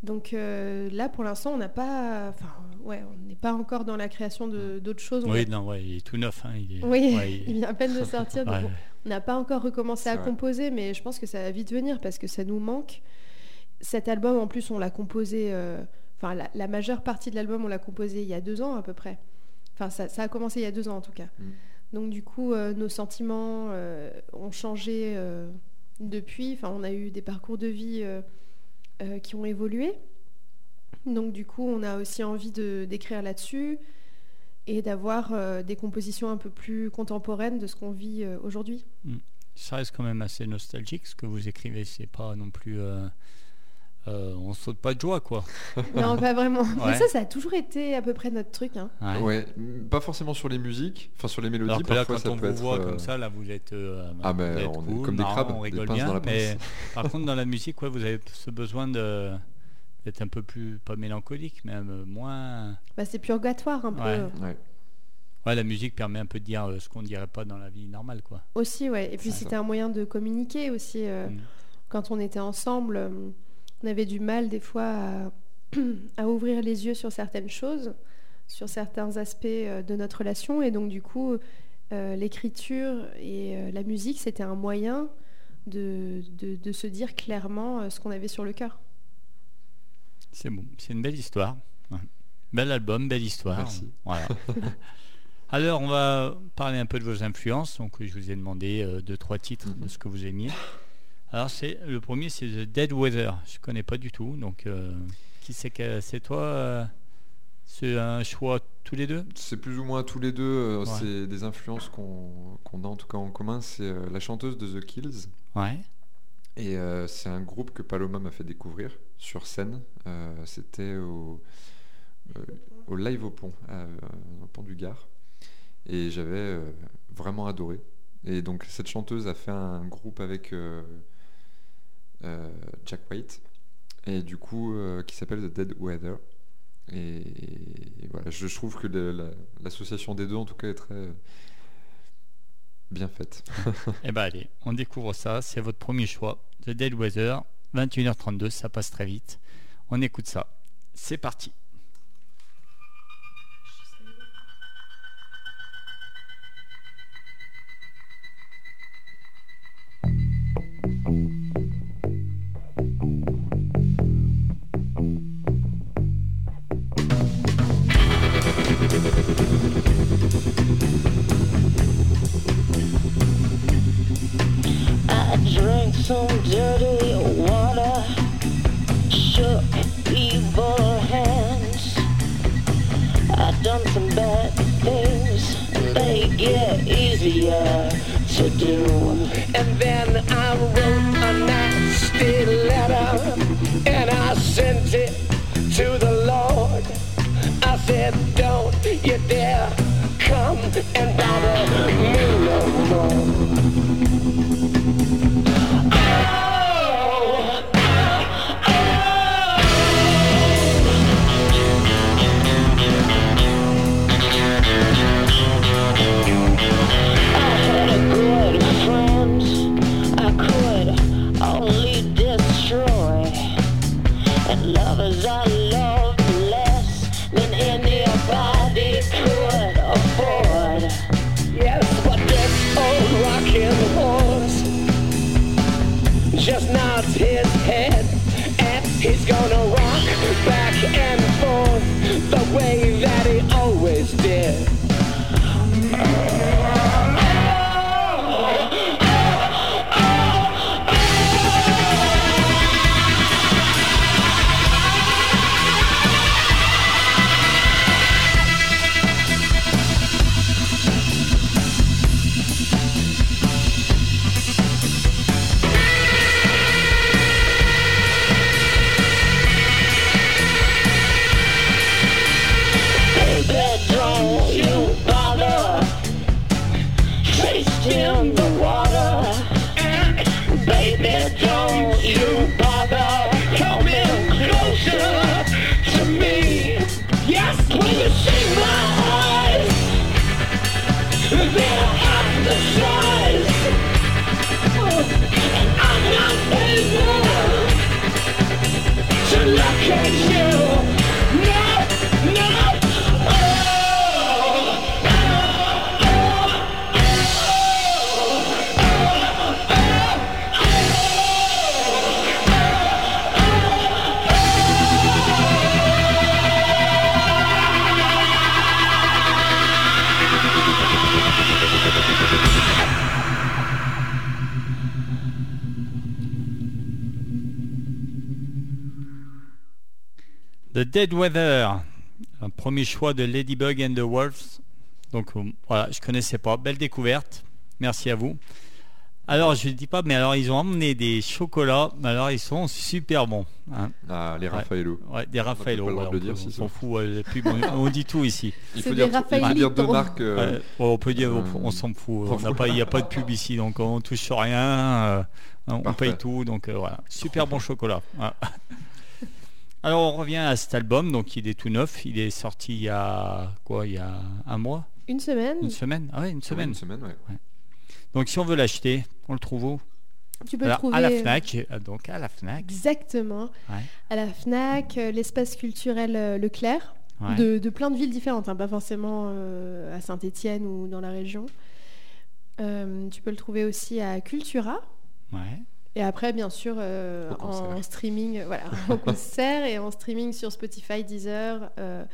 Donc euh, là, pour l'instant, on n'a pas. Enfin, ouais, on n'est pas encore dans la création de- d'autres choses. On
Oui,
a-
non, ouais, il est tout neuf. hein, il est-
oui,
ouais, il-
il vient à peine de sortir. donc
ouais.
on n'a pas encore recommencé à
C'est vrai.
composer, mais je pense que ça va vite venir parce que ça nous manque. Cet album, en plus, on l'a composé, euh, enfin, la, la majeure partie de l'album, on l'a composé il y a deux ans à peu près. Enfin, ça, ça a commencé il y a deux ans en tout cas.
Mm.
Donc, du coup, euh, nos sentiments euh, ont changé euh, depuis. Enfin, on a eu des parcours de vie euh, euh, qui ont évolué. Donc, du coup, on a aussi envie de- d'écrire là-dessus et d'avoir euh, des compositions un peu plus contemporaines de ce qu'on vit euh, aujourd'hui.
Ça reste quand même assez nostalgique, ce que vous écrivez, c'est pas non plus... euh, euh, on saute pas de joie, quoi.
Non, pas vraiment.
Ouais.
Mais ça, ça a toujours été à peu près notre truc. hein.
Ouais.
Ouais, pas forcément sur les musiques, enfin sur les mélodies.
Alors que là,
parfois,
quand
ça
on
peut
vous
être,
voit
euh,
comme ça, là, vous êtes, euh,
Ah,
vous
ben,
êtes
on est
cool,
comme des
marrant,
crabes,
on
des
rigole
pinces
bien.
dans la pince.
mais par contre, dans la musique, ouais, vous avez ce besoin de d'être un peu plus pas mélancolique, mais euh, moins.
Bah, c'est purgatoire un peu.
Ouais.
euh, ouais.
Ouais, la musique permet un peu de dire euh, ce qu'on dirait pas dans la vie normale, quoi.
Aussi, ouais. Et puis
C'est
c'était un moyen de communiquer aussi. euh,
Mm.
Quand on était ensemble, euh, on avait du mal des fois à, à ouvrir les yeux sur certaines choses, sur certains aspects euh, de notre relation. Et donc, du coup, euh, l'écriture et euh, la musique, c'était un moyen de, de- de se dire clairement euh, ce qu'on avait sur le cœur.
C'est bon, c'est une belle histoire. Ouais. Bel album, belle histoire.
Merci.
Voilà. Alors, on va parler un peu de vos influences. Donc, je vous ai demandé euh, deux, trois titres de ce que vous aimiez. Alors, c'est le premier, c'est The Dead Weather. Je connais pas du tout. Donc, euh, qui c'est que c'est toi euh, C'est un choix tous les deux
C'est plus ou moins tous les deux, euh,
Ouais.
c'est des influences qu'on qu'on a en tout cas en commun. C'est euh, la chanteuse de The Kills.
Ouais.
Et euh, c'est un groupe que Paloma m'a fait découvrir sur scène. Euh, C'était au, euh, au Live au Pont, à- euh, au Pont du Gard. Et j'avais euh, vraiment adoré. Et donc cette chanteuse a fait un groupe avec euh, euh, Jack White, et du coup euh, qui s'appelle The Dead Weather. Et, et voilà, je trouve que le- la- l'association des deux en tout cas est très euh, bien faite.
Eh ben allez, on découvre ça, c'est votre premier choix. The Dead Weather, 21h32, ça passe très vite. On écoute ça. C'est parti.
I drank some dirty water, shook evil hands. I done some bad things, and they get easier to do. And then I wrote a nasty letter, and I sent it to the Lord. I said, don't you dare come and bother me no more. good friends I could only destroy. And lovers I love less than anybody could afford. Yes, but this old rocking horse just nods his head and he's gonna rock back and forth the way that he always did. Baby, don't you bother tasting the water. Baby, don't you bother coming closer to me. Yes, when you see my eyes, they're hypnotized. And I'm not able to look at you. No, no. Oh.
The Dead Weather, un premier choix de Ladybug and the Wolves. Donc euh, voilà, je connaissais pas. Belle découverte. Merci à vous. Alors je dis pas, mais alors ils ont emmené des chocolats. Mais alors ils sont super bons. hein.
Ah, les
Ouais.
Raffaello.
Ouais, des Raffaello.
pas le droit
voilà,
de le
on
dire,
peut-
si,
on
ça.
s'en fout. euh, la pub, on, on dit tout ici.
Il
C'est
faut
des
dire, il faut
Raffaelli,
dire deux
pardon.
marques. euh,
Ouais, bon, on peut dire,
euh,
on, on s'en fout.
s'en
on n'a
fout.
pas- Il n'y a pas de pub ici, donc on touche rien. euh, on
Parfait.
paye tout, donc euh, voilà. Super bon chocolat. Voilà. Alors on revient à cet album, donc il est tout neuf. Il est sorti il y a quoi Il y a un mois,
Une semaine,
une semaine Ah ouais, une semaine.
Une semaine, ouais.
Donc si on veut l'acheter, on le trouve où
tu peux
Alors,
le trouver
À la Fnac. euh, Donc à la Fnac.
Exactement.
Ouais.
À la FNAC, euh, l'espace culturel euh, Leclerc,
Ouais.
de, de plein de villes différentes, hein, pas forcément euh, à Saint-Étienne ou dans la région. Euh, tu peux le trouver aussi à Cultura.
Ouais.
Et après, bien sûr, euh,
Au concert.
en streaming, euh, voilà, au concert et en streaming sur Spotify, Deezer, euh,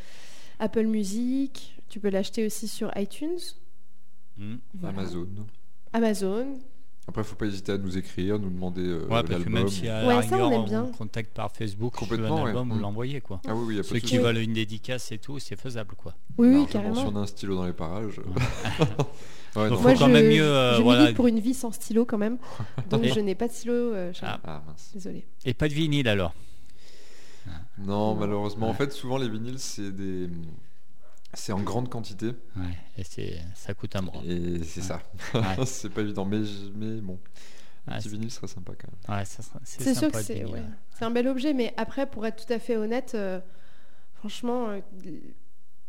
Apple Music. Tu peux l'acheter aussi sur iTunes,
Hmm.
voilà.
Amazon.
Amazon.
Après, faut pas hésiter à nous écrire, nous demander euh,
Ouais, parce que
l'album.
même si à la
Ouais, ça, on
rigueur,
aime
on,
bien.
contacte par Facebook, on veut
Complètement,
un
ouais.
album, vous
Mm.
l'envoyez quoi.
Ah oui, oui, y a pas
Ceux
de
qui
souci.
veulent une dédicace et tout, c'est faisable quoi.
Oui, oui,
Largement, Si
carrément.
on a un stylo dans les parages. euh, ouais,
Faut
non.
Moi, quand
je,
même mieux, euh,
je
voilà.
milite pour une vie sans stylo quand même. Donc
Et-
je n'ai pas de stylo, euh, Charles.
Ah mince.
Désolée.
Et pas de vinyle alors.
Non, malheureusement. En fait, souvent les vinyles, c'est des, c'est en grande quantité
Ouais, et c'est- ça coûte un bras.
et c'est ça.
Ouais.
c'est pas évident, mais je- mais bon, un
Ouais,
petit
c'est-
vinyle serait sympa quand même.
ouais, ça sera-
C'est sûr que
sympa de
c'est
vinyle,
ouais.
ouais.
C'est un bel objet, mais après, pour être tout à fait honnête, euh, franchement, euh,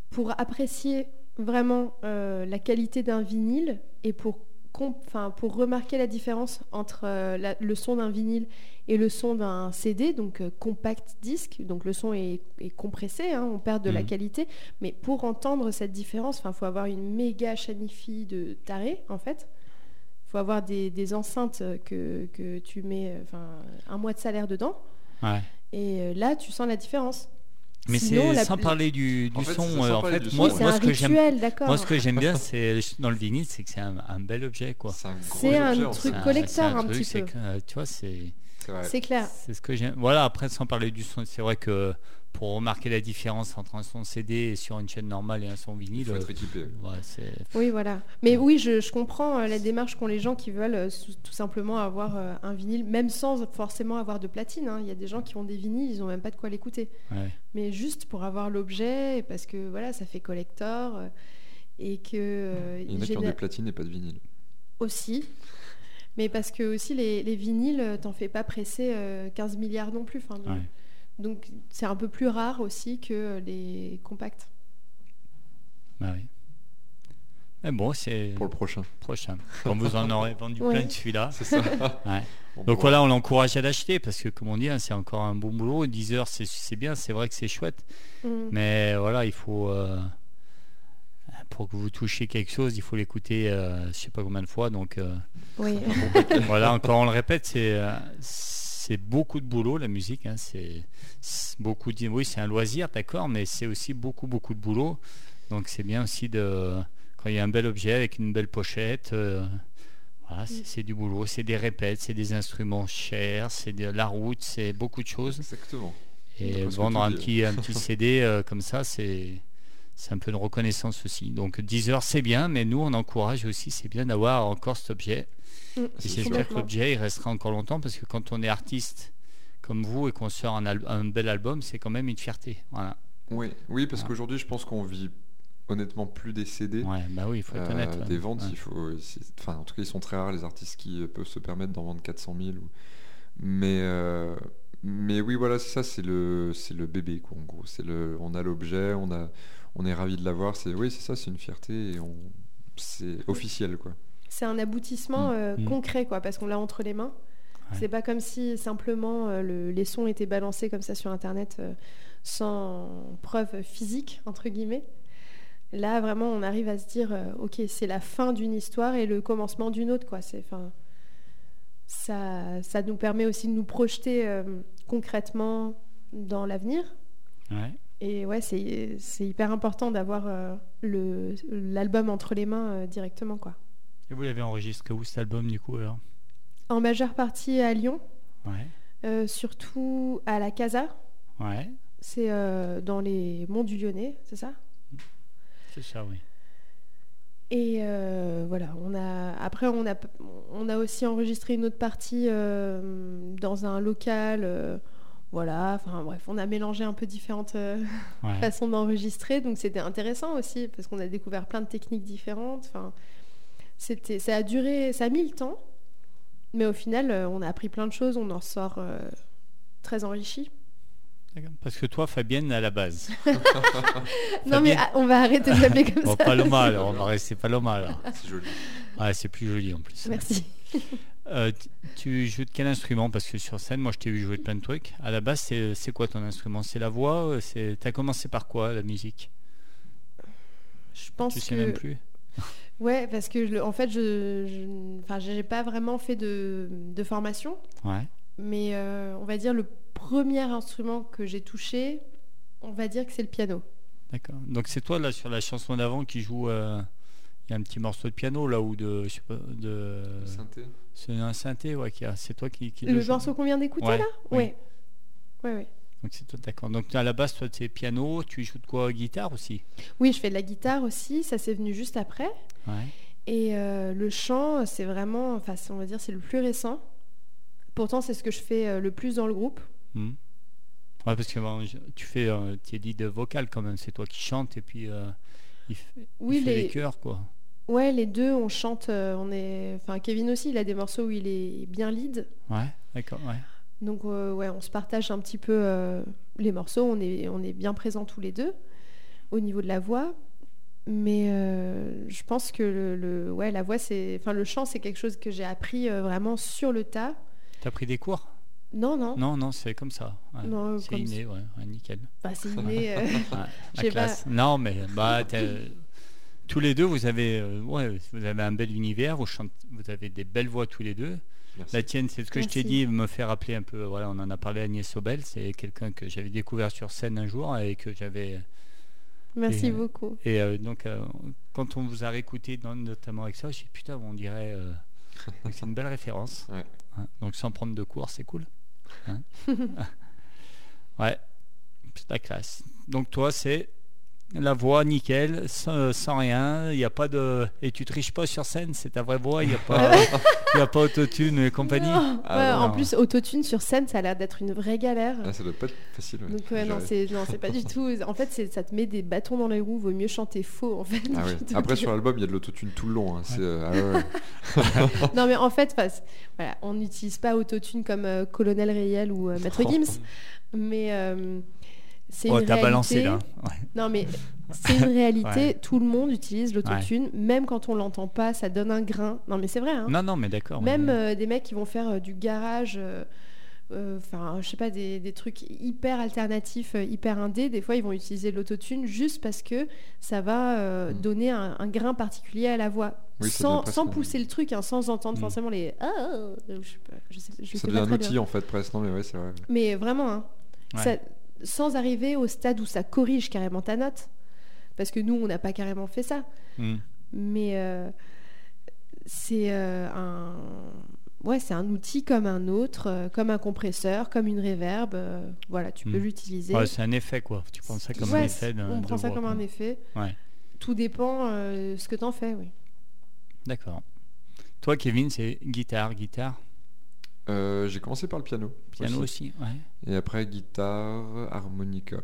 pour apprécier vraiment euh, la qualité d'un vinyle et pour, com- 'fin, pour remarquer la différence entre euh, la- le son d'un vinyle et le son d'un CD, donc euh, compact disque, donc le son est, est compressé, hein, on perd de la
Mhm.
qualité, mais pour entendre cette différence, il faut avoir une méga chanifi de taré, en fait. Il faut avoir des, des enceintes euh, que, que tu mets euh, 'fin, un mois de salaire dedans.
Ouais.
Et euh, là, tu sens la différence.
Mais
Sinon,
c'est
la-
sans parler du, du
En fait,
son.
c'est sans
euh, en
parler
fait,
du son,
moi,
ouais.
C'est
moi,
un
ce que j'aime,
rituel, d'accord.
moi, ce que j'aime bien, c'est dans le vinyle, c'est que c'est un, un bel objet quoi.
C'est un, gros
C'est un
objet, en
truc
fait.
Ah,
collector,
c'est
un petit
c'est
peu. Ah.
que, euh, tu vois, c'est
C'est vrai.
C'est clair.
c'est ce que j'aime. Voilà, après, sans parler du son, c'est vrai que pour remarquer la différence entre un son CD et sur une chaîne normale et un son
Il
vinyle,
faut
euh,
être équipé.
ouais, c'est
Oui, voilà. Mais oui, je, je comprends euh, la démarche qu'ont les gens qui veulent euh, sou- tout simplement avoir euh, un vinyle, même sans forcément avoir de platine. hein. Il y a des gens qui ont des vinyles, ils n'ont même pas de quoi l'écouter.
Ouais.
Mais juste pour avoir l'objet, parce que voilà, ça fait collector. euh, Et que euh,
Il y en a qui ont
génère-
des platines et pas de vinyle.
aussi. Mais parce que aussi les, les vinyles, euh, t'en fais pas presser euh, 15 milliards non plus. Enfin, de-
Ouais.
Donc c'est un peu plus rare aussi que euh, les compacts.
Bah oui. Mais bon, c'est
Pour le prochain.
prochain. Quand vous en aurez vendu
Ouais.
plein de celui-là.
C'est ça.
Ouais.
On
Donc
pourra-
voilà, on l'encourage à l'acheter parce que, comme on dit, hein, c'est encore un bon boulot. 10 heures, c'est- c'est bien, c'est vrai que c'est chouette.
Mm.
Mais voilà, il faut. euh, pour que vous touchiez quelque chose, il faut l'écouter euh, je sais pas combien de fois. Donc euh,
Oui.
voilà, encore on le répète, c'est. euh, c'est beaucoup de boulot la musique, hein, c'est c'est beaucoup de... Oui, c'est un loisir, d'accord, mais c'est aussi beaucoup, beaucoup de boulot. Donc c'est bien aussi de... Quand il y a un bel objet avec une belle pochette, euh, voilà, c'est c'est du boulot, c'est des répètes, c'est des instruments chers, c'est de la route, c'est beaucoup de choses.
Exactement.
Et
Presque
vendre
tout
un
dit.
petit, un petit CD euh, comme ça, c'est c'est un peu une reconnaissance aussi. Donc 10 heures, c'est bien, mais nous, on encourage aussi, c'est bien d'avoir encore cet objet.
Mm,
Et
c'est
j'espère que
complètement.
l'objet, il restera encore longtemps, parce que quand on est artiste comme vous et qu'on sort un, al- un bel album, c'est quand même une fierté. Voilà.
Oui, oui parce
Ah.
qu'aujourd'hui, je pense qu'on vit honnêtement plus des CD.
Ouais, bah oui, il faut être
Euh,
honnête.
des
ouais.
ventes,
Ouais.
il faut. euh, c'est- Enfin, en tout cas, ils sont très rares les artistes qui euh, peuvent se permettre d'en vendre 400 000. ou- Mais, euh, mais oui, voilà, c'est ça, c'est le, c'est le bébé, quoi, en gros. C'est le, on a l'objet, on a, on est ravi de l'avoir. C'est oui, c'est ça, c'est une fierté et on, c'est officiel, quoi.
C'est un aboutissement euh,
Mm.
concret, quoi, parce qu'on l'a entre les mains.
Ouais.
C'est pas comme si simplement euh, le- les sons étaient balancés comme ça sur Internet euh, sans preuve physique, entre guillemets. Là, vraiment, on arrive à se dire, euh, ok, c'est la fin d'une histoire et le commencement d'une autre, quoi. C'est, 'fin, ça, ça nous permet aussi de nous projeter euh, concrètement dans l'avenir.
Ouais.
Et ouais, c'est, c'est hyper important d'avoir euh, le, l'album entre les mains euh, directement, quoi.
Et vous l'avez enregistré où cet album, du coup, alors
En majeure partie à Lyon,
Ouais,
euh, surtout à la Casa.
ouais,
C'est euh, dans les monts du Lyonnais, c'est ça
c'est ça, oui.
Et euh, voilà, on a, après on a, on a aussi enregistré une autre partie euh, dans un local. euh, voilà, enfin bref, on a mélangé un peu différentes euh,
Ouais.
façons d'enregistrer. Donc c'était intéressant aussi parce qu'on a découvert plein de techniques différentes. Enfin, c'était, ça a duré, ça a mis le temps. Mais au final, euh, on a appris plein de choses, on en sort euh, très enrichi.
D'accord. Parce que toi, Fabienne, à la base.
Non mais
Fabienne.
ah, on va arrêter de l'appeler comme
Bon,
ça.
Paloma, alors, on va rester Paloma, alors.
Ah.
C'est joli.
Ouais, c'est plus joli en plus.
Merci.
Euh, tu- tu joues de quel instrument Parce que sur scène, moi, je t'ai vu jouer de plein de trucs. À la base, c'est c'est quoi ton instrument C'est la voix euh, c'est- T'as commencé par quoi, la musique
Je pense
Tu sais
que
même plus
Ouais, parce que le- en fait, je, je, enfin, j'ai pas vraiment fait de, de formation,
Ouais.
mais euh, on va dire le premier instrument que j'ai touché, on va dire que c'est le piano.
D'accord. Donc c'est toi là sur la chanson d'avant qui joue. euh, Il y a un petit morceau de piano là ou de. je sais pas, de...
Le synthé.
C'est un synthé, ouais. qui a- C'est toi qui. qui
Le
joue.
morceau qu'on vient d'écouter
Ouais,
là
oui.
Ouais. Ouais, ouais.
Donc c'est toi, d'accord. Donc à la base, toi, tu es piano, tu joues de quoi Guitare aussi
Oui, je fais de la guitare aussi, ça c'est venu juste après.
Ouais.
Et euh, le chant, c'est vraiment, enfin, c'est- on va dire, c'est le plus récent. Pourtant, c'est ce que je fais euh, le plus dans le groupe.
Ouais, parce que bon, je- tu fais. euh, tu es lead vocal quand même, c'est toi qui chantes et puis. euh, il, f- il
Oui,
fait les...
les,
chœurs, quoi.
ouais, les deux, on chante. euh, on est, enfin, Kevin aussi, il a des morceaux où il est bien lead.
Ouais, d'accord, ouais.
Donc, euh, ouais, on se partage un petit peu euh, les morceaux. On est, on est bien présents tous les deux au niveau de la voix. Mais euh, je pense que le, le- ouais, la voix, c'est, enfin, le chant, c'est quelque chose que j'ai appris euh, vraiment sur le tas.
T'as pris des cours
Non, non.
Non, non, c'est comme ça. ouais.
Non, euh,
c'est
comme
inné, ouais, ouais, nickel.
Enfin, c'est inné, euh,
Ouais,
Je
la
sais pas.
classe. Non, mais bah, t'as- tous les deux, vous avez, euh, ouais, vous avez un bel univers, vous, chante- vous avez des belles voix tous les deux.
Merci.
La tienne, c'est ce que je t'ai
Merci.
dit, me fait rappeler un peu, voilà, on en a parlé Agnès Sobel, c'est quelqu'un que j'avais découvert sur scène un jour et que j'avais...
Merci
Et-
beaucoup.
Et euh, donc, euh, quand on vous a réécouté, dans- notamment avec ça, je dit putain, on dirait... euh, donc c'est une belle référence.
Ouais.
Hein, donc sans prendre de cours, c'est cool. Hein ouais, c'est la classe. Donc toi, c'est la voix nickel, sans, euh, sans rien. Il n'y a pas de et tu triches pas sur scène, c'est ta vraie voix. Il n'y a pas, il y a pas autotune et compagnie.
Non.
Ah
Ouais,
ouais,
en
ouais.
plus, autotune sur scène, ça a l'air d'être une vraie galère.
Ah, ça doit pas être facile. ouais.
Donc ouais, non,
J'arrive.
c'est non, c'est pas du tout. En fait, c'est- ça te met des bâtons dans les roues. Vaut mieux chanter faux, en fait. euh,
Ah ouais.
plutôt
Après,
que-
sur l'album, il y a de l'autotune tout le long. hein, c'est, euh, ah ouais, ouais.
Non, mais en fait, enfin, c'est- voilà, on n'utilise pas autotune comme euh, Colonel Riel ou euh,
Oh.
Maître Gims, mais euh, c'est
Oh,
une
t'as
réalité.
balancé là. Ouais.
Non, mais c'est une réalité.
Ouais.
Tout le monde utilise l'autotune, même quand on l'entend pas, ça donne un grain. Non, mais c'est vrai. hein.
Non, non, mais d'accord. mais-
Même euh, des mecs qui vont faire euh, du garage, euh, euh, enfin, je sais pas, des, des trucs hyper alternatifs, euh, hyper indés, des fois ils vont utiliser l'autotune juste parce que ça va euh,
Mm.
donner un, un grain particulier à la voix.
Oui, ça
sans
devient presque
sans
un-
pousser le truc, hein, sans entendre
Mm.
forcément les. Ah, ah, je sais pas, je sais, je
ça
sais
devient
pas
un
très
outil
bien.
en fait, presque. Non, mais ouais, c'est vrai.
Mais vraiment, hein,
Ouais.
ça- sans arriver au stade où ça corrige carrément ta note, parce que nous on n'a pas carrément fait ça
Hmm.
mais euh, c'est euh, un ouais c'est un outil comme un autre euh, comme un compresseur comme une reverb euh, voilà tu peux
Mm.
l'utiliser
Ouais, c'est un effet quoi. Tu prends ça comme un
Ouais,
effet. de-
on
de
prend ça
voix,
comme
quoi.
un effet
Ouais.
tout dépend euh, ce que t'en fais oui
D'accord. Toi, Kevin, c'est guitare, guitare,
Euh, J'ai commencé par le piano.
piano
aussi.
aussi. ouais.
Et après, guitare, harmonica.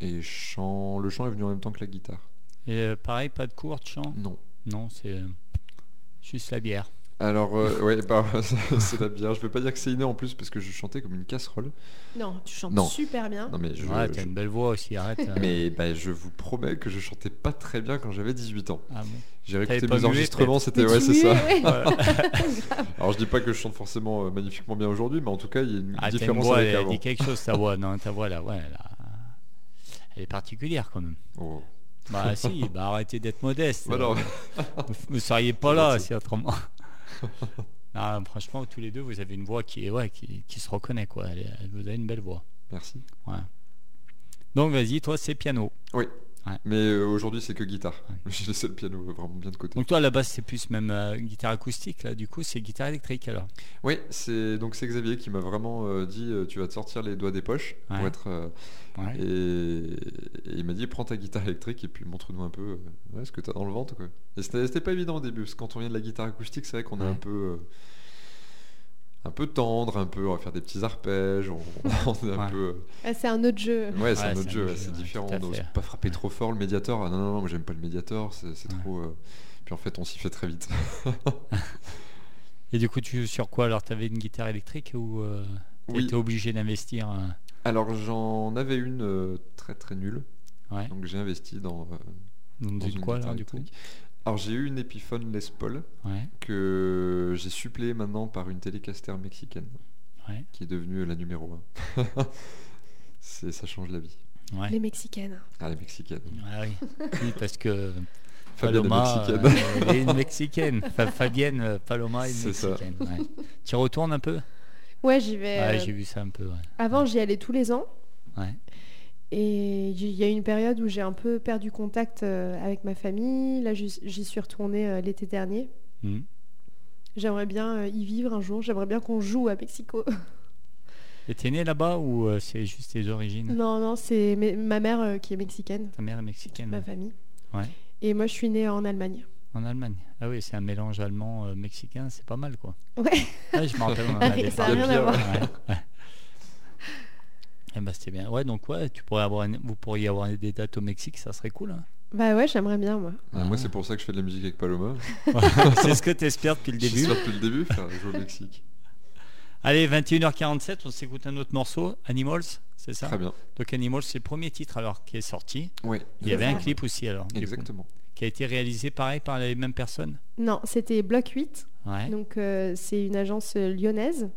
Et chant. Le chant est venu en même temps que la guitare.
Et euh, pareil, pas de cours de chant.
Non.
Non, c'est euh, juste la bière.
Alors, euh, ouais, bah, c'est c'est la bière. Je peux pas dire que c'est inné en plus parce que je chantais comme une casserole.
non tu chantes
Non.
super bien
Non, mais je.
ouais, t'as
je-
une belle voix aussi, arrête. euh.
Mais bah, je vous promets que je chantais pas très bien quand j'avais 18 ans.
Ah bon
J'ai
T'avais
réécouté
pas
mes
mué,
enregistrements, c'était
Mais
ouais,
tu
c'est ça.
muais, ouais.
Alors je dis pas que je chante forcément euh, magnifiquement bien aujourd'hui, mais en tout cas il y a une
Ah, t'as une
différence
voix,
avec
elle, elle
avant.
dit quelque chose, ta voix. Non, ta voix, là, ouais, elle, a- elle est particulière quand même.
Oh.
Bah si, bah arrêtez d'être modeste.
Bah, non,
Vous ne seriez pas là, Bah,
Merci.
c'est autrement. Non, franchement, tous les deux, vous avez une voix qui, est, ouais, qui, qui se reconnaît, quoi. Elle est- elle- vous avez une belle voix.
Merci.
Donc vas-y, toi, c'est piano.
Mais euh, aujourd'hui c'est que guitare.
Ouais.
J'ai laissé le piano vraiment bien de côté.
Donc toi, à la base, c'est plus même euh, guitare acoustique, là. Du coup, c'est guitare électrique, alors.
Oui, c'est donc c'est Xavier qui m'a vraiment euh, dit euh, tu vas te sortir les doigts des poches pour
Ouais.
être euh,
Ouais.
et... et il m'a dit prends ta guitare électrique et puis montre-nous un peu euh, ouais, ce que t'as dans le ventre quoi. Et c'était c'était pas évident au début parce que quand on vient de la guitare acoustique c'est vrai qu'on est
Ouais.
un peu euh, un peu tendre, un peu on va faire des petits arpèges, on, on est un
Ouais.
peu euh,
Ah, c'est un autre jeu
Ouais, c'est
Ouais,
un autre jeu, ouais, c'est
ouais,
différent.
tout à
On n'ose
fait.
pas frapper trop fort le médiator. Ah non, non, non, moi j'aime pas le médiator, c'est c'est
Ouais.
trop. euh, Puis en fait, on s'y fait très vite.
Et du coup, tu joues sur quoi Alors, tu avais une guitare électrique ou euh, t'étais
Oui.
obligé d'investir euh,
Alors j'en avais une euh, très très nulle,
Ouais.
donc j'ai investi dans, euh,
Dans
dans
une quoi,
guitare
là, du coup
électrique. Alors j'ai eu une Epiphone Les Paul
Ouais.
que j'ai suppléée maintenant par une Telecaster mexicaine
Ouais.
qui est devenue la numéro 1. ça change la vie.
ouais.
les mexicaines
Ah, la mexicaine.
Ah oui. Oui, parce que
Fabienne est
Paloma
mexicaine.
euh, est une mexicaine. Fa- Fabienne euh, Paloma est une
C'est ça.
mexicaine. ouais. Tu retournes un peu
Ouais, j'y vais.
Ouais,
euh,
j'ai vu ça un peu. ouais.
Avant, j'y allais tous les ans.
Ouais.
Et j- il y a eu une période où j'ai un peu perdu contact euh, avec ma famille. Là, j'y j'y suis retournée euh, l'été dernier.
Mhm.
J'aimerais bien euh, y vivre un jour. J'aimerais bien qu'on joue à Mexico.
Mmh. Et t'es né là-bas ou euh, c'est juste tes origines
non, non, c'est mes- ma mère euh, qui est mexicaine,
Ta mère est mexicaine
ma
ouais.
famille.
Mmh. Ouais.
Et moi, je suis née en Allemagne.
En Allemagne. Ah oui, c'est un mélange allemand-mexicain, c'est pas mal quoi.
Ouais.
Ouais, je me rappelle, on en avait
Ça a
parlé.
rien à
Ouais,
voir.
ouais. Eh ben, c'était bien. Ouais, donc ouais, tu pourrais avoir une- vous pourriez avoir des dates au Mexique, ça serait cool. hein.
Bah ouais, j'aimerais bien, moi.
Ah, Moi, c'est pour ça que je fais de la musique avec Paloma.
c'est ce que tu espères depuis le
Je
début.
suis sûr depuis le début, faire jouer au Mexique.
Allez, 21h47, on s'écoute un autre morceau, Animals, c'est ça
Très bien.
Donc Animals, c'est le premier titre alors qui est sorti.
Oui.
Il y avait un clip aussi alors, du coup,
Exactement.
qui a été réalisé pareil par les mêmes personnes.
Non, c'était Bloc 8.
Ouais.
Donc, euh, c'est une agence euh, lyonnaise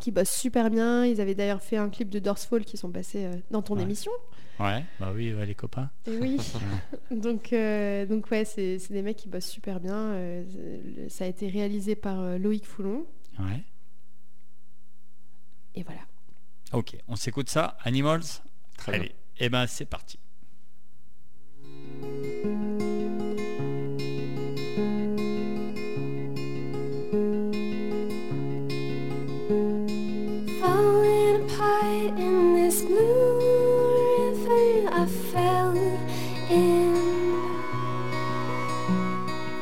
qui bosse super bien. Ils avaient d'ailleurs fait un clip de Dorsfall qui sont passés euh, dans ton
Ouais.
émission.
Ouais. Bah oui, ouais, les copains.
Et oui. donc, euh, donc ouais, c'est c'est des mecs qui bossent super bien. Euh, le- ça a été réalisé par euh, Loïc Foulon.
Ouais.
Et voilà.
Ok, on s'écoute ça, Animals.
Très bien.
Allez, et ben c'est parti.
Falling apart in this blue river I fell in.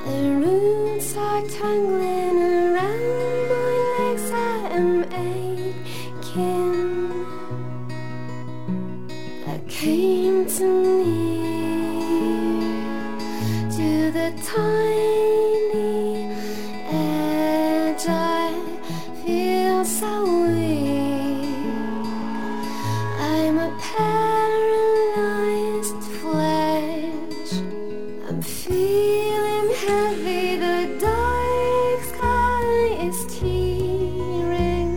The roots are tangling around my legs, I am aching. I came too near to the tiny edge. I feel so weak. I'm a paralyzed flesh. I'm feeling heavy. The dark sky is tearing.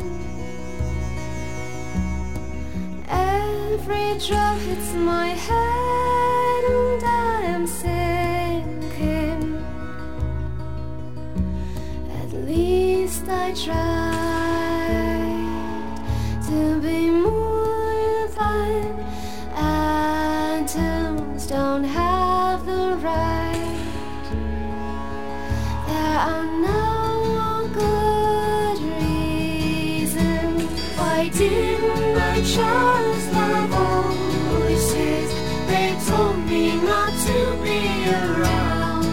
Every drop hits my head and I am sinking. At least I tried to be more than atoms don't have the right. There are no good reasons why didn't I trust my voices? They told me not to be around.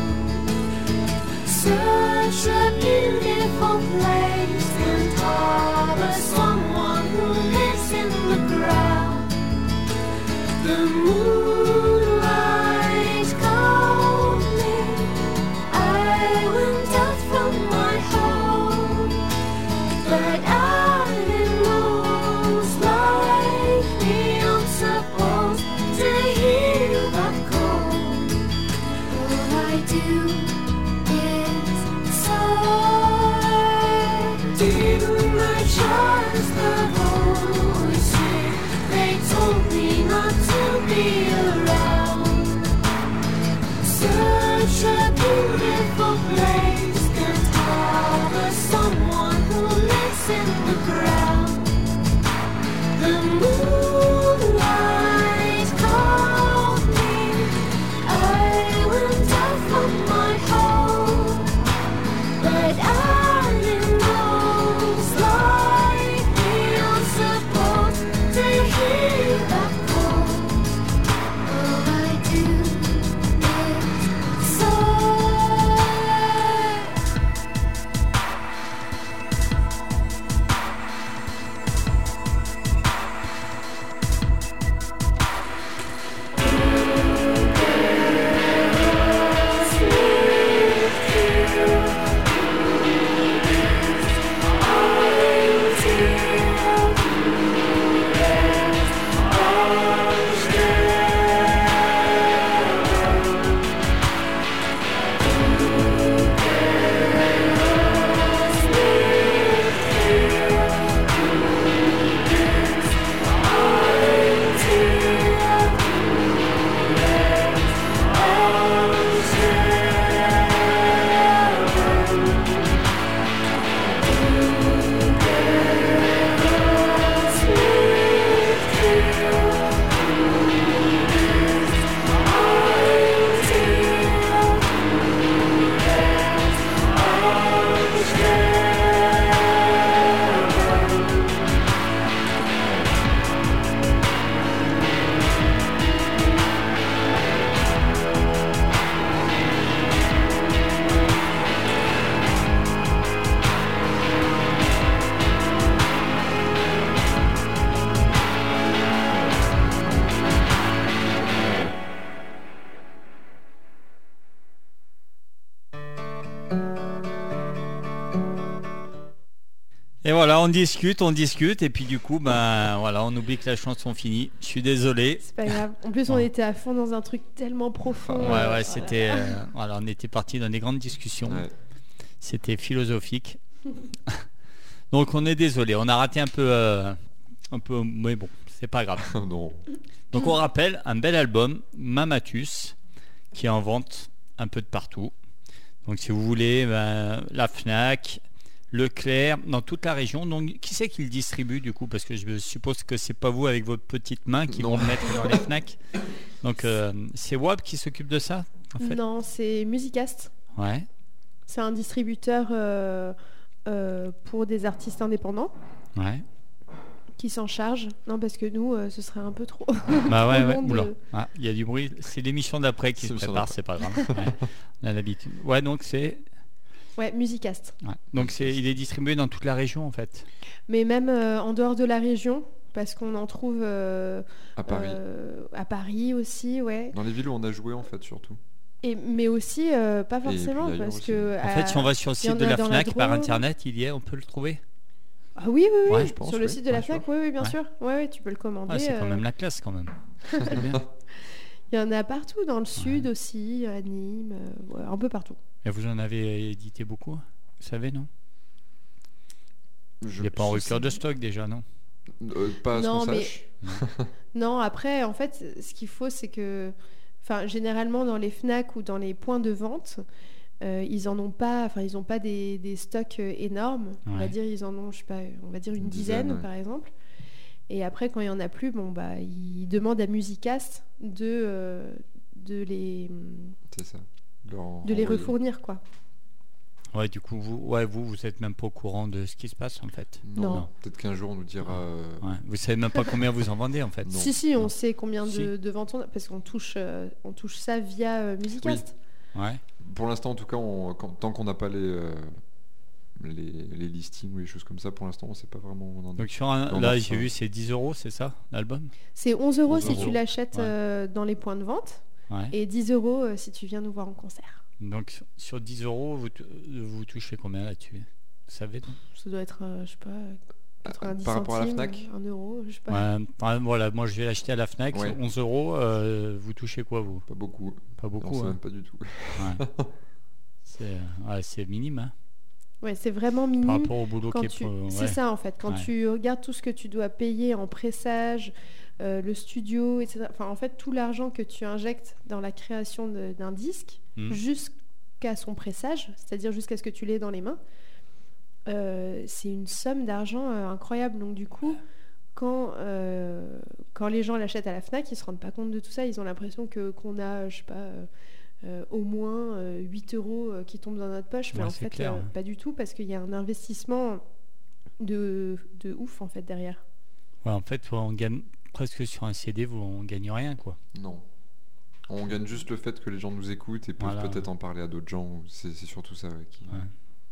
Such a beautiful place and harbor someone who lives in the ground. The moonlight called me. I went out from my home, but animals like me aren't supposed to hear that call. All I do is sigh. Didn't I trust the voices? They told me not to be alone.
Et voilà, on discute, on discute, et puis du coup, ben voilà, on oublie que la chanson finit. Je suis désolé.
C'est pas grave. En plus, on
Ouais.
était à fond dans un truc tellement profond.
Ouais,
euh,
ouais,
voilà.
c'était. euh, voilà, on était parti dans des grandes discussions.
Ouais.
C'était philosophique. Donc on est désolé, on a raté un peu, euh, un peu, mais bon, c'est pas grave.
non.
Donc on rappelle un bel album, Mamatus, qui est en vente un peu de partout. Donc si vous voulez, ben, la Fnac, Leclerc, dans toute la région. Donc qui c'est qui le distribue du coup Parce que je suppose que c'est pas vous avec votre petite main qui
Non.
vont le mettre dans les Fnac. Donc euh, c'est Wab qui s'occupe de ça en fait.
Non, c'est Musicast.
Ouais.
C'est un distributeur euh, euh, pour des artistes indépendants
Ouais.
qui s'en charge. Non, parce que nous, euh, ce serait un peu trop.
Bah ouais,
Au
ouais.
nom de-
Oula. Ah, il y a du bruit. C'est l'émission d'après qui
C'est
se
l'émission
prépare, c'est pas grave. Ouais. On a l'habitude. Ouais, donc c'est.
ouais, Musicast.
ouais. Donc c'est. Il est distribué dans toute la région en fait.
Mais même euh, en dehors de la région, parce qu'on en trouve euh,
À Paris.
euh, à Paris aussi, ouais.
Dans les villes où on a joué, en fait, surtout.
Et, mais aussi, euh, pas
puis
forcément,
d'ailleurs
parce
aussi.
que... euh,
En fait, si on va sur le
y en
site de
a
la
dans la
Fnac par
Drôme.
internet, il y est, on peut le trouver.
Ah oui, oui, oui.
Ouais,
je pense,
sur le
oui,
site de la
bien sûr.
FNAC, oui, oui, bien
Ouais.
sûr. Ouais, ouais, tu peux le commander.
Ouais, Ah, c'est quand
euh,
même la classe quand même. C'est bien.
Il y en a partout, dans le sud aussi, à Nîmes, euh, ouais, un peu partout.
Et vous en avez édité beaucoup, vous savez non
Je
Il n'est pas en
je
rupture
sais-
de stock déjà, non
euh, Pas à ce
Non,
qu'on
mais-
sache.
Non, après, en fait, ce qu'il faut, c'est que, enfin, généralement dans les FNAC ou dans les points de vente, euh, ils en ont pas, enfin, ils n'ont pas des, des stocks euh, énormes. On va
Ouais.
dire, ils en ont, je sais pas, on va dire une
Une dizaine,
dizaine,
ouais.
par exemple. Et après, quand il y en a plus, bon, bah, ils demandent à Musicast de, euh, de les,
C'est ça. De leur
de les
renvoyer.
refournir, quoi.
Ouais, du coup, vous, ouais, vous, vous êtes même pas au courant de ce qui se passe en fait.
Non.
Non.
Peut-être qu'un jour, on nous dira. euh,
Ouais. Vous savez même pas combien vous en vendez en fait.
Non.
Si, si, on
non.
sait combien de,
Si.
de ventes on a, parce qu'on touche, euh, on touche ça via euh, Musicast.
Ouais.
Pour l'instant, en tout cas, on- quand- tant qu'on n'a pas les, euh, les, les listings ou les choses comme ça, pour l'instant, on ne sait pas vraiment où on en est.
Donc sur un,
Non,
là,
non,
j'ai
bah, ça-
vu, c'est 10 euros, c'est ça, l'album
C'est 11 euros
11
si tu
euros.
l'achètes
Ouais.
euh, dans les points de vente
Ouais.
et 10 euros euh, si tu viens nous voir en concert.
Donc sur- sur 10 euros, vous, tou- vous touchez combien là-dessus Vous savez non
Ça doit être, euh, je sais pas, euh, 90
Par rapport à la
centimes,
Fnac
euh, 1 euro, je sais pas.
Ouais, par exemple, Voilà, moi je vais l'acheter à la Fnac,
Ouais.
11 euros, euh, vous touchez quoi vous
Pas beaucoup.
Pas
on sait
beaucoup. hein.
même pas du tout.
Ouais. C'est ouais, c'est minime hein,
Ouais, c'est vraiment
par
minime.
rapport au boulot
Mhm. Quand
qui est
tu...
pro-
C'est
ouais.
ça en fait, quand
Ouais.
tu regardes tout ce que tu dois payer en pressage, euh, le studio, etc. Enfin, en fait, tout l'argent que tu injectes dans la création de- d'un disque
Mm.
jusqu'à son pressage, c'est-à-dire jusqu'à ce que tu l'aies dans les mains, euh, c'est une somme d'argent euh, incroyable. Donc du coup, quand, euh, quand les gens l'achètent à la FNAC, ils se rendent pas compte de tout ça. Ils ont l'impression que qu'on a, je sais pas, euh, euh, au moins euh, 8 euros euh, qui tombent dans notre poche. Mais
Ouais,
en
c'est
fait,
clair,
euh,
ouais.
pas du tout, parce qu'il y a un investissement de, de ouf en fait derrière.
Ouais, en fait, on gagne presque sur un CD, vous, on gagne rien quoi.
Non. On gagne juste le fait que les gens nous écoutent et peuvent
Voilà.
peut-être en parler à d'autres gens. C'est c'est surtout ça. ouais, qui-
Ouais.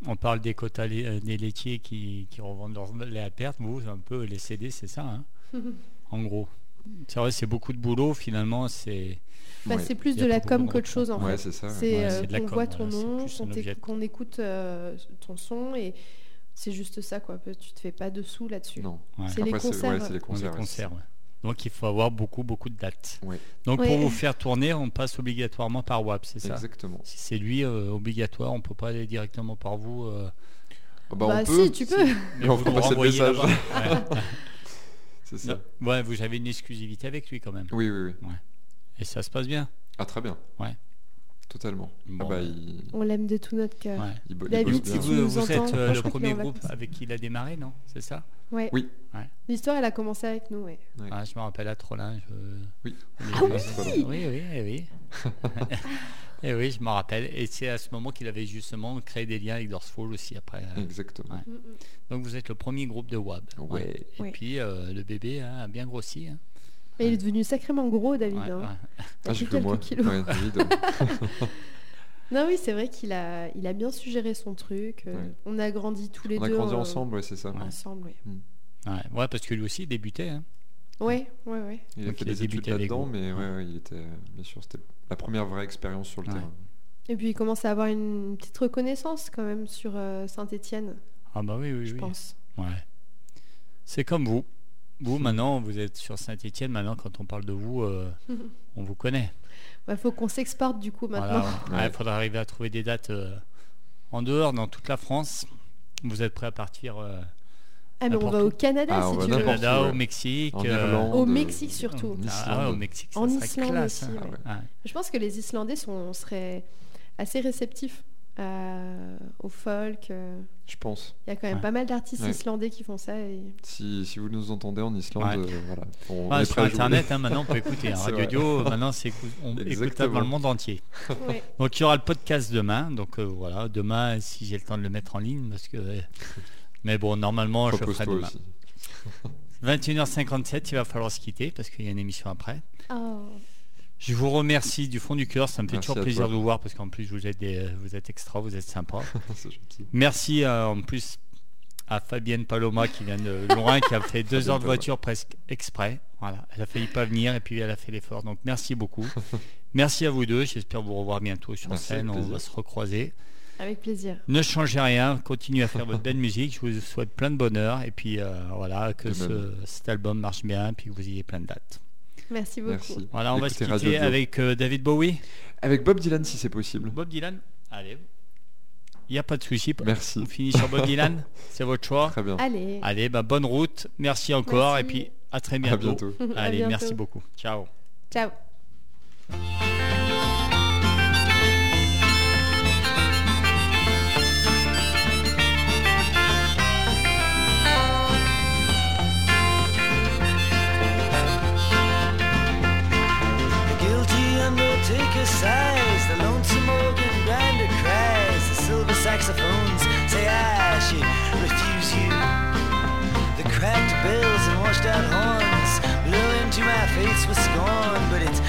On parle des quotas lai- euh, des laitiers qui, qui revendent leur lait à perte, vous, c'est un peu les CD, c'est ça, hein en gros. C'est vrai, c'est beaucoup de boulot finalement, c'est
Bah,
Ouais.
C'est plus
Y a
de la
pas beaucoup
com
de
qu'autre chose en
retour.
Ouais,
fait.
c'est ça. ouais.
C'est
Ouais,
euh,
c'est de la
qu'on
com,
voit
voilà,
ton
c'est
nom,
plus
qu'on
un
t'éc-
objet.
qu'on écoute euh, ton son et c'est juste ça quoi. Tu te fais pas de sous là-dessus.
Non.
Ouais.
C'est les
Après,
concerts.
ouais, c'est
dans les
les concerts. ouais, c'est ça.
concerts, ouais. Donc il faut avoir beaucoup, beaucoup de dates.
Ouais.
Donc
Ouais.
pour vous faire tourner, on passe obligatoirement par WAP, c'est ça
Exactement.
Si c'est lui euh, obligatoire, on peut pas aller directement par vous. euh,
Ah bah,
Bah,
on peut.
si, tu peux.
Mais on
vous
fera
nous
passer le
renvoyez
message.
là-bas. Ouais.
C'est ça.
Non. Ouais, vous avez une exclusivité avec lui quand même.
Oui, oui, oui.
Et ça se passe bien.
Ah, très bien.
Ouais.
Totalement. Ah
Bon.
bah, il, il,
On l'aime de tout notre cœur.
Ouais.
bo- il
David,
bosse
si
bien.
tu-
vous
nous
vous
entends,
êtes euh,
moi,
le
je crois qu'il est
premier
en
groupe
vacances.
avec qui il a démarré, non C'est ça
Ouais.
Oui.
Ouais.
L'histoire, elle a commencé avec nous, ouais.
Ouais.
Ah, Je me rappelle à Trollin. je-
Oui.
Ah oui, oui, eh oui. et oui, je m'en rappelle. Et c'est à ce moment qu'il avait justement créé des liens avec Dorsfall aussi après.
Exactement.
Ouais. Donc vous êtes le premier groupe de WAB.
Mm. Ouais.
Et
Ouais.
puis euh, le bébé hein, a bien grossi. hein.
Mais il est devenu sacrément gros, David.
Ouais,
hein.
ouais.
Il a
Ah,
pris
j'ai cru
quelques
moi.
kilos.
Ouais, David, ouais.
Non, oui, c'est vrai qu'il a, il a bien suggéré son truc. euh,
Ouais.
On a grandi tous les
On a
deux.
grandi
euh,
ensemble, ouais, c'est ça.
Ensemble, oui.
Ouais, ouais, parce que lui aussi il débutait. hein.
Ouais, ouais, ouais.
Il a
Donc,
fait
il a
des études
débuté avec
là-dedans,
vous.
mais ouais, ouais, il était, bien sûr, c'était la première vraie expérience sur le
Ouais.
terrain.
Et puis il commence à avoir une petite reconnaissance quand même sur euh, Saint-Étienne,
Ah bah oui, oui,
je
oui.
pense.
Ouais. C'est comme vous.
Hmm.
Vous, maintenant, vous êtes sur Saint-Etienne. Maintenant, quand on parle de vous, euh, on vous connaît.
Il faut qu'on s'exporte du coup maintenant.
Il
Ouais.
faudra arriver à trouver des dates euh, en dehors, dans toute la France. Vous êtes prêt à partir euh,
Ah mais on
N'importe
va
où.
au Canada
Ah, on
si
va
au
tu veux.
n'importe
Canada,
où, ouais.
au Mexique,
En
euh,
Irlande.
Au
de-
Mexique surtout.
En
ah ouais, au
Islande.
Mexique, ça
En
serait
Islande
classe.
aussi.
hein.
ouais.
ouais.
Ouais.
Je pense que les Islandais sont, seraient assez réceptifs à- au folk. euh.
Je pense.
Il y a quand même
Ouais.
pas mal d'artistes
Ouais.
islandais qui font ça. Et...
Si, si vous nous entendez en Islande, euh, voilà. On
Ah,
est
sur
prêt à jouer.
Internet, hein, maintenant on peut écouter. hein.
C'est
Radio
vrai.
Dio, maintenant c'est écou- on- écoutable
Exactement.
dans le monde entier.
Ouais.
Donc il y aura le podcast demain. Donc euh, voilà, demain, si j'ai le temps de le mettre en ligne, parce que. Mais bon, normalement, je le ferai
Propose-toi
demain.
aussi.
21h57, il va falloir se quitter parce qu'il y a une émission après.
Oh.
Je vous remercie du fond du cœur, ça me fait
Merci
toujours
à
plaisir
toi.
de vous voir parce qu'en plus vous êtes, des, euh, vous êtes extra, vous êtes sympa.
C'est gentil.
Merci euh, en plus à Fabienne Paloma qui vient de Lorrain, qui a fait deux
Fabienne
heures de
Paloma.
voiture presque exprès. Voilà, elle a failli pas venir et puis elle a fait l'effort. Donc merci beaucoup. Merci à vous deux. J'espère vous revoir bientôt sur
Merci,
scène.
avec
On va
plaisir.
se recroiser.
Avec plaisir.
Ne changez rien. Continuez à faire votre belle musique. Je vous souhaite plein de bonheur et puis euh, voilà que
De
ce,
même.
cet album marche bien et puis que vous ayez plein de dates.
Merci beaucoup.
Merci.
Voilà, on
Écoutez
va se
Radio
quitter
Dio.
avec euh, David Bowie,
Avec Bob Dylan si c'est possible.
Bob Dylan. Allez, il n'y a pas de souci.
Merci.
On finit sur Bob Dylan. C'est votre choix.
Très bien.
Allez,
Allez, bah, bonne route. Merci encore.
Merci.
Et puis, à très
À
bientôt.
bientôt.
À
Allez,
bientôt.
merci beaucoup. Ciao.
ciao.
guilty undertaker sighs, the lonesome organ grinder cries, the silver saxophones say I should refuse you. The cracked bells and washed out horns blow into my face with scorn, but it's